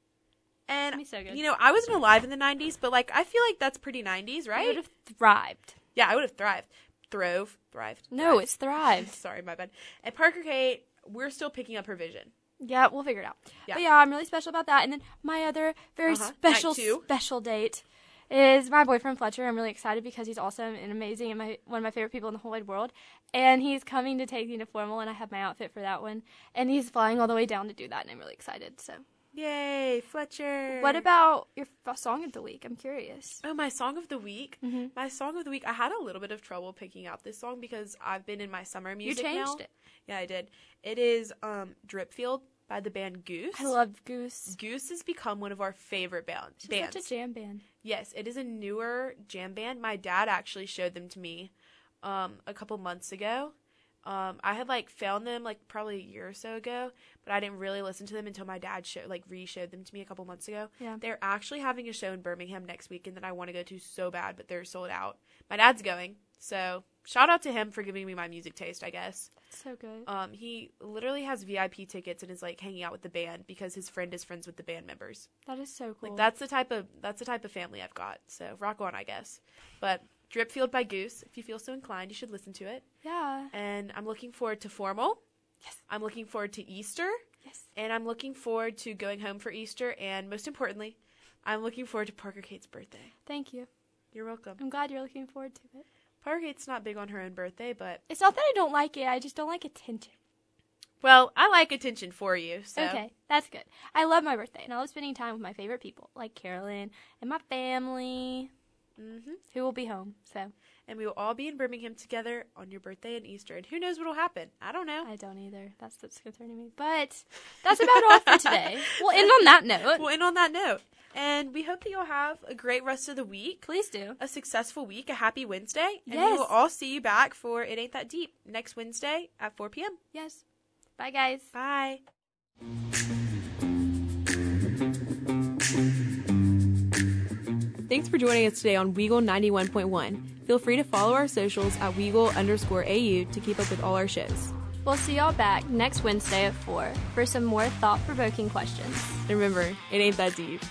Speaker 2: And
Speaker 1: It's gonna be so good.
Speaker 2: you know, I wasn't alive in the '90s, but like I feel like that's pretty '90s,
Speaker 1: I
Speaker 2: right?
Speaker 1: would have thrived.
Speaker 2: Yeah, I would have thrived, throve, thrived.
Speaker 1: No, it's thrived.
Speaker 2: <laughs> sorry, my bad. And Parker Kate, we're still picking up her vision.
Speaker 1: Yeah, we'll figure it out.
Speaker 2: Yeah.
Speaker 1: But yeah, I'm really special about that. And then my other very
Speaker 2: Uh-huh. Night
Speaker 1: special,
Speaker 2: two.
Speaker 1: special date is my boyfriend Fletcher. I'm really excited because he's awesome and amazing and my one of my favorite people in the whole wide world. And he's coming to take me to formal, and I have my outfit for that one. And he's flying all the way down to do that, and I'm really excited. So,
Speaker 2: Yay, Fletcher!
Speaker 1: what about your f- song of the week? I'm curious.
Speaker 2: Oh, my song of the week.
Speaker 1: Mhm.
Speaker 2: My song of the week. I had a little bit of trouble picking out this song because I've been in my summer music.
Speaker 1: you changed
Speaker 2: now.
Speaker 1: it.
Speaker 2: Yeah, I did. It is um, Dripfield by the band Goose.
Speaker 1: I love Goose.
Speaker 2: Goose has become one of our favorite band-
Speaker 1: She's
Speaker 2: bands.
Speaker 1: such a jam band.
Speaker 2: Yes, it is a newer jam band. My dad actually showed them to me um, a couple months ago, Um, I had like found them like probably a year or so ago, but I didn't really listen to them until my dad showed like re-showed them to me a couple months ago.
Speaker 1: Yeah.
Speaker 2: They're actually having a show in Birmingham next weekend that I want to go to so bad, but they're sold out. My dad's going, so shout out to him for giving me my music taste, I guess.
Speaker 1: So good.
Speaker 2: Um, he literally has VIP tickets and is like hanging out with the band because his friend is friends with the band members.
Speaker 1: That is so cool.
Speaker 2: Like that's the type of that's the type of family I've got. So rock on, I guess. But Dripfield by Goose, if you feel so inclined, you should listen to it.
Speaker 1: yeah.
Speaker 2: And I'm looking forward to formal.
Speaker 1: Yes.
Speaker 2: I'm looking forward to Easter,
Speaker 1: Yes.
Speaker 2: and I'm looking forward to going home for Easter. And most importantly, I'm looking forward to Parker Kate's birthday.
Speaker 1: Thank you.
Speaker 2: You're welcome.
Speaker 1: I'm glad you're looking forward to it.
Speaker 2: Parker Kate's not big on her own birthday, but
Speaker 1: It's not that I don't like it. I just don't like attention.
Speaker 2: well, I like attention for you. So
Speaker 1: Okay, that's good. I love my birthday, and I love spending time with my favorite people, like Carolyn and my family,
Speaker 2: hmm
Speaker 1: who will be home. So
Speaker 2: And we will all be in Birmingham together on your birthday and Easter. And who knows what'll happen? I don't know.
Speaker 1: I don't either. That's what's concerning me. But that's about all for
Speaker 2: <laughs>
Speaker 1: today. We'll end on that note.
Speaker 2: Well, and on that note, and we hope that you'll have a great rest of the week,
Speaker 1: Please do.
Speaker 2: a successful week, a happy Wednesday, and we
Speaker 1: Yes.
Speaker 2: will all see you back for It Ain't That Deep next Wednesday at 4 p.m.
Speaker 1: Yes. Bye, guys.
Speaker 2: Bye. Thanks for joining us today on Weagle 91.1. Feel free to follow our socials at Weagle underscore AU to keep up with all our shows.
Speaker 1: We'll see y'all back next Wednesday at 4 for some more thought provoking questions.
Speaker 2: And remember, it ain't that deep.